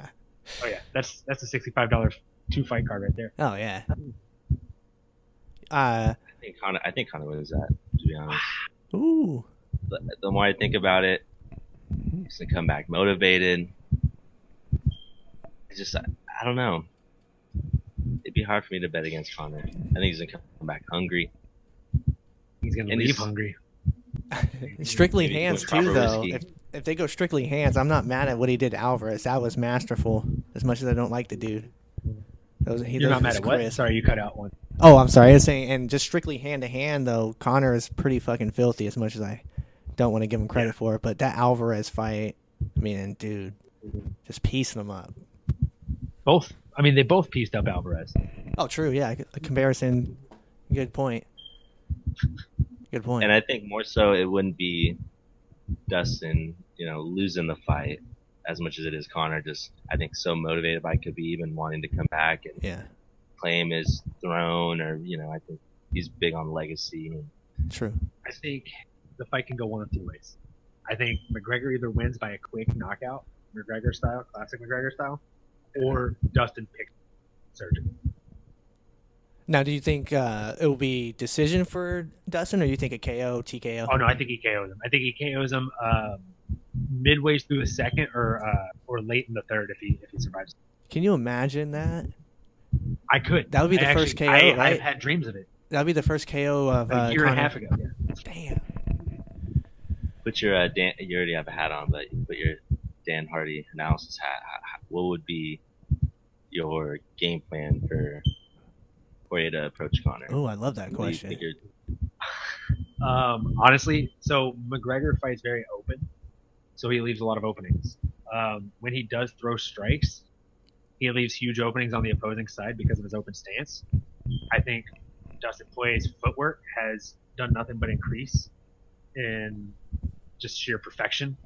Oh yeah, that's that's a sixty-five dollars two fight card right there. oh yeah. Uh, I think Connor. I think Connor wins that. To be honest, ooh. the, the more I think about it, he's gonna come back motivated. It's just I, I don't know. It'd be hard for me to bet against Connor. I think he's gonna come back hungry. He's gonna And leave he's- hungry. Strictly Maybe he hands was too, proper though. risky. If, if they go strictly hands, I'm not mad at what he did to Alvarez. That was masterful. As much as I don't like the dude, those, he, You're those not mad was at what? crisp. Sorry, you cut out one. Oh, I'm sorry. I was saying, and just strictly hand to hand though, Connor is pretty fucking filthy. As much as I don't want to give him credit for it, but that Alvarez fight, I mean, dude, just piecing him up. Both. I mean, they both pieced up Alvarez. Oh, true. Yeah, a comparison. Good point. Good point. And I think more so, it wouldn't be Dustin, you know, losing the fight as much as it is Connor. Just I think so motivated by Khabib and wanting to come back and yeah, claim his throne, or you know, I think he's big on legacy. And true. I think the fight can go one of two ways. I think McGregor either wins by a quick knockout, McGregor style, classic McGregor style, or Dustin picks surgeon. Now, do you think uh, it will be decision for Dustin, or you think a KO, TKO? Oh no, I think he KOs him. I think he KOs him um, midway through the second, or uh, or late in the third if he if he survives. Can you imagine that? I could. That would be the I first KO, I, right? I've had dreams of it That'd be the first KO of a uh, year and a Conor. half ago. Yeah. Damn. Put your uh, Dan, you already have a hat on, but you put your Dan Hardy analysis hat. h- h- What would be your game plan for Poirier to approach Connor? Oh, I love that What do you question. think you're- Um, honestly, so McGregor fights very open, so he leaves a lot of openings. Um, when he does throw strikes, he leaves huge openings on the opposing side because of his open stance. I think Dustin Poirier's footwork has done nothing but increase in just sheer perfection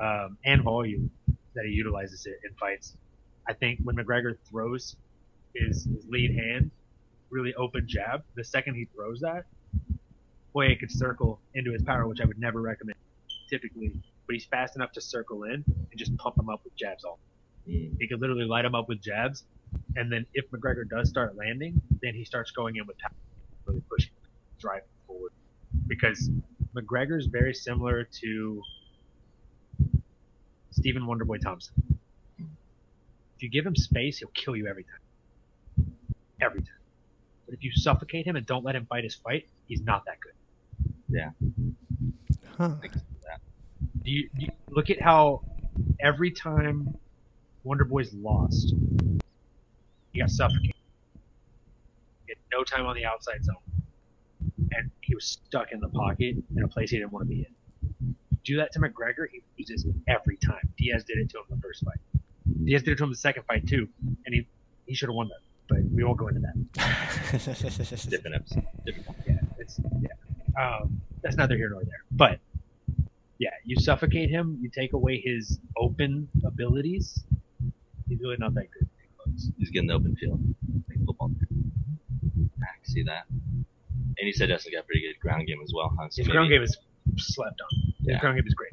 um, and volume that he utilizes it in fights. I think when McGregor throws his, his lead hand, really open jab, the second he throws that, Poirier could circle into his power, which I would never recommend typically. But he's fast enough to circle in and just pump him up with jabs all. Mm. He could literally light him up with jabs, and then if McGregor does start landing, then he starts going in with power, really pushing, driving forward. Because McGregor's very similar to Stephen Wonderboy Thompson. If you give him space, he'll kill you every time. Every time. But if you suffocate him and don't let him fight his fight, he's not that good. Huh. Do you, do you look at how every time Wonder Boy's lost, he got suffocated. He had no time on the outside zone, and he was stuck in the pocket in a place he didn't want to be in. Do that to McGregor, he loses every time. Diaz did it to him the first fight. Diaz did it to him the second fight too, and he he should have won that, but we won't go into that. different episode. Different. Yeah, it's yeah. Um, that's neither here nor there. But yeah, you suffocate him. You take away his open abilities. He's really not that good. He's getting the open field. Like football. I can see that. And you said Justin got pretty good ground game as well. Huh? So His maybe ground game is slept on. His Yeah. ground game is great.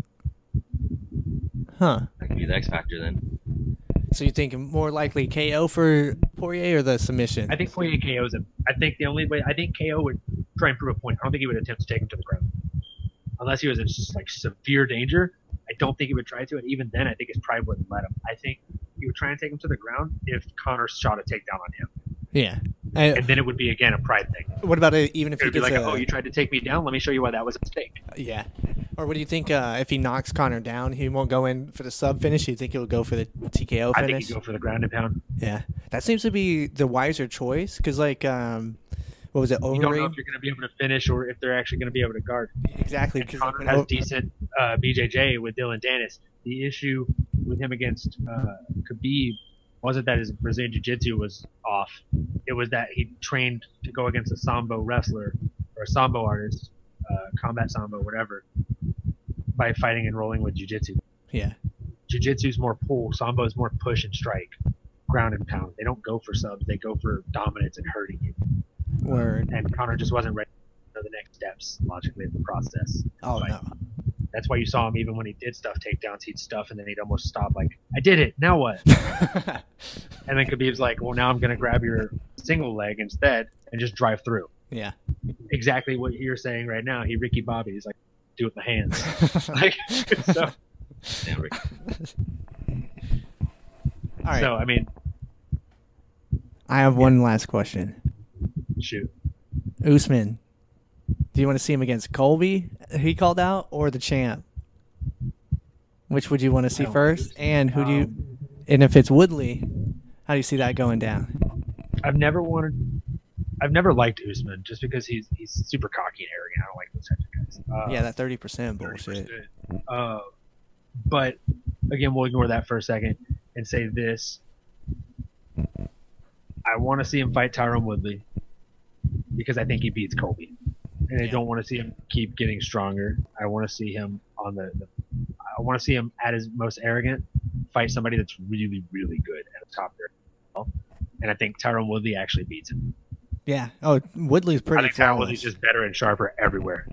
huh? That could be the X factor then. So you think more likely KO for Poirier or the submission? I think Poirier KOs him. I think the only way I think KO would try and prove a point. I don't think he would attempt to take him to the ground, unless he was in just like severe danger. I don't think he would try to, and even then, I think his pride wouldn't let him. I think he would try and take him to the ground if Connor shot a takedown on him, yeah. I, and then it would be again a pride thing. what about it, even if It he would be gets like, a, "Oh, you tried to take me down. Let me show you why that was a mistake." yeah? Or what do you think uh, if he knocks Connor down, he won't go in for the sub finish? You think he'll go for the TKO finish? I think he'd go for the ground and pound. Yeah, that seems to be the wiser choice because, like, um, what was it, You don't know Overeem? if you're going to be able to finish or if they're actually going to be able to guard. Exactly. 'cause, Connor like, has oh, decent uh, BJJ with Dylan Dennis. The issue with him against uh, Khabib wasn't that his Brazilian jiu-jitsu was off. It was that he trained to go against a sambo wrestler or a sambo artist, uh, combat sambo, whatever, by fighting and rolling with jiu-jitsu. yeah, Jiu-jitsu's more pull, sambo's more push and strike, ground and pound. They don't go for subs. They go for dominance and hurting you. word. And Connor just wasn't ready for the next steps logically of the process. Oh Like, no. That's why you saw him even when he did stuff takedowns, he'd stuff and then he'd almost stop like, I did it, now what? And then Khabib's like, Well now I'm gonna grab your single leg instead and just drive through. yeah. Exactly what you're saying right now. He Ricky Bobby, he's like, do it with the hands. like so, Damn, Rick. All right. so I mean, I have one last question. shoot. Usman, do you want to see him against Colby? He called out or the champ? Which would you want to see don't first? think And who do you? Um, And if it's Woodley, how do you see that going down? I've never wanted I've never liked Usman just because he's he's super cocky and arrogant. I don't like those types of guys. Uh, yeah, that thirty percent 30%. bullshit. Uh, but again, we'll ignore that for a second and say this: I want to see him fight Tyrone Woodley because I think he beats Kobe, and I Yeah. don't want to see him keep getting stronger. I want to see him on the. the I want to see him at his most arrogant fight somebody that's really, really good at the top there. And I think Tyrone Woodley actually beats him. Yeah. Oh, Woodley's I pretty. think Tyrone flawless. Woodley's just better and sharper everywhere.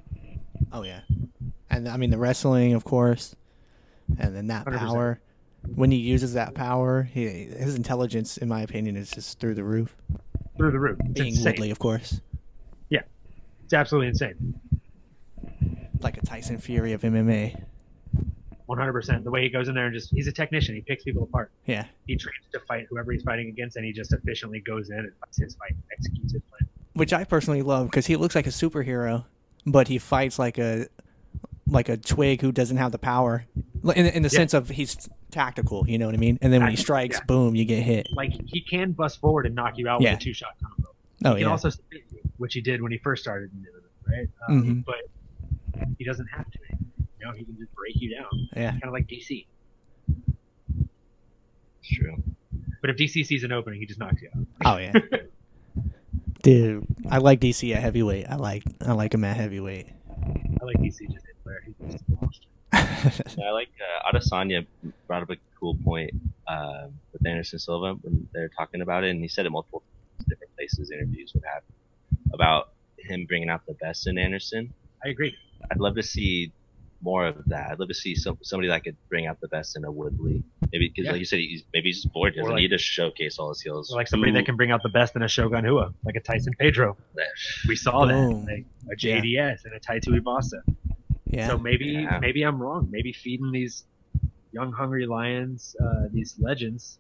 Oh yeah, and I mean the wrestling, of course, and then that 100%. power. When he uses that power, he, his intelligence, in my opinion, is just through the roof. Through the roof. It's Being insane. Woodley, of course, It's absolutely insane. like a Tyson Fury of MMA. One hundred percent. The way he goes in there and just—he's a technician. He picks people apart. Yeah, He trains to fight whoever he's fighting against, and he just efficiently goes in and fights his fight, executes his plan. which I personally love because he looks like a superhero, but he fights like a like a twig who doesn't have the power. Like, In, in the Yeah. sense of he's tactical, you know what I mean. And then when he Tactical, strikes, yeah. boom, you get hit. Like he can bust forward and knock you out Yeah. with a two-shot combo. Oh He can yeah, also submit you, which he did when he first started in the MMA, right? Uh, Mhm. But he doesn't have to. You know, he can just break you down, yeah, kind of like DC. It's true. But if DC sees an opening, he just knocks you out. oh yeah. Dude, I like DC at heavyweight. I like I like him at heavyweight. I like DC just anywhere. He's just a monster. Yeah, I like uh, Adesanya brought up a cool point um, with Anderson Silva when they were talking about it, and he said it multiple different places, interviews, what have you, about him bringing out the best in Anderson. I agree. I'd love to see more of that. I'd love to see some, somebody that could bring out the best in a Woodley. Maybe because, Yeah. like you said, he's maybe he's just bored. He Or doesn't like- need to showcase all his skills. Like somebody that can bring out the best in a Shogun Hua, like a Tyson Pedro. We saw Boom. that, like a JDS and a Taito Ibasa. Yeah. So maybe Yeah. maybe I'm wrong. Maybe feeding these young hungry lions, uh, these legends.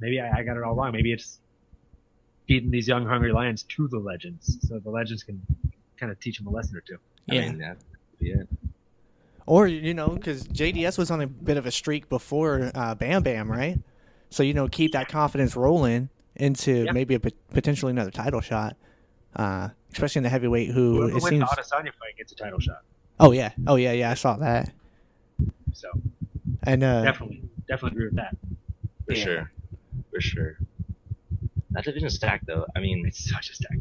Maybe I, I got it all wrong. Maybe it's feeding these young hungry lions to the legends, so the legends can kind of teach them a lesson or two. I yeah. mean, that could be it. or you know, because JDS was on a bit of a streak before uh, Bam Bam, right? So you know, keep that confidence rolling into Yeah. maybe a pot- potentially another title shot, uh, especially in the heavyweight. Who Whoever it wins seems. the Adesanya fight gets a title shot. Oh yeah. Oh yeah. Yeah. I saw that. So And uh, definitely, definitely agree with that. For Yeah. sure. For sure. That division's stacked though. I mean, It's such a stack.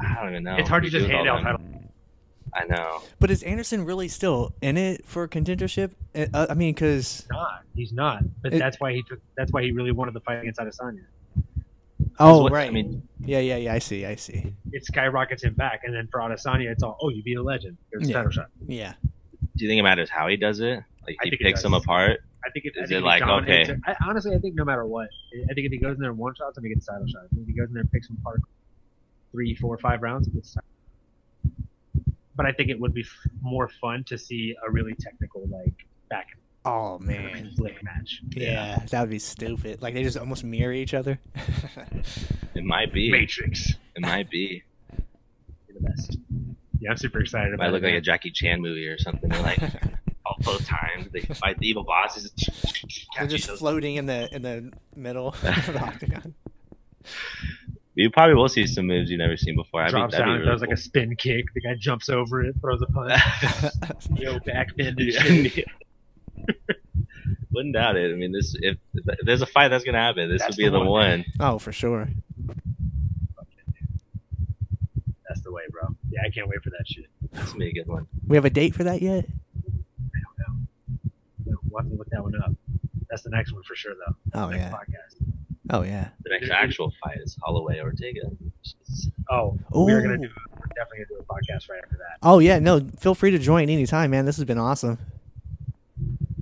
I don't even know. it's hard to what just do with hand all out them. titles. I know. But is Anderson really still in it for contendership? Uh, I mean, because He's not. He's not. But It- that's why he took. That's why he really wanted the fight against Adesanya. oh What- right, I mean, yeah, yeah, yeah. I see, I see. It skyrockets him back, and then for Adesanya, it's all, oh, you beat a legend. Here's a Yeah. title shot. Yeah, do you think it matters how he does it? Like I he think it picks does. them apart. I think it, I Is think it if he like, dominates okay. it- I, honestly, I think no matter what, I think if he goes in there and one shots and he gets a title shot, I think if he goes in there and picks him apart three, four, five rounds, he gets a title. But I think it would be f- more fun to see a really technical like back Oh and man. flick match. Yeah, that would be stupid. Like they just almost mirror each other. It might be. Matrix. It might be. You're the best. Yeah, I'm super excited It about might look it. like a Jackie Chan movie or something. They're like all both times they fight the evil bosses. They're Catch just those- floating in the in the middle of the octagon. you probably will see some moves you've never seen before. I drops that'd down, be really does like a spin kick. The guy jumps over it, throws a punch. Yo, backbend and shit. cool. Wouldn't doubt it. I mean, this if, if there's a fight that's gonna happen, this That's would be the the, one. one. Oh, for sure. That's the way, bro. Yeah, I can't wait for that shit. This would be a good one. We have a date for that yet? So we'll have to look that one up. That's the next one for sure, though. Oh next yeah. podcast. Oh yeah. The next actual fight is Holloway Ortega. which is- Oh, we're gonna Ooh. do. We're definitely gonna do a podcast right after that. Oh yeah. No, feel free to join anytime, man. This has been awesome.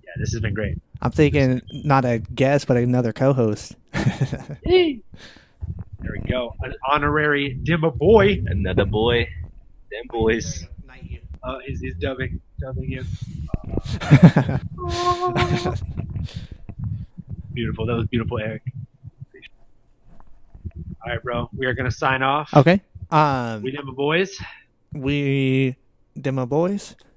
Yeah, this has been great. I'm thinking not a guest, but another co-host. There we go. An honorary Dimba boy Another boy. Them boys. uh, is is dubbing dubbing him. Beautiful. That was beautiful, Eric. All right, bro. We are gonna Oh. sign off. okay. Um, We Dimba boys. we demo boys.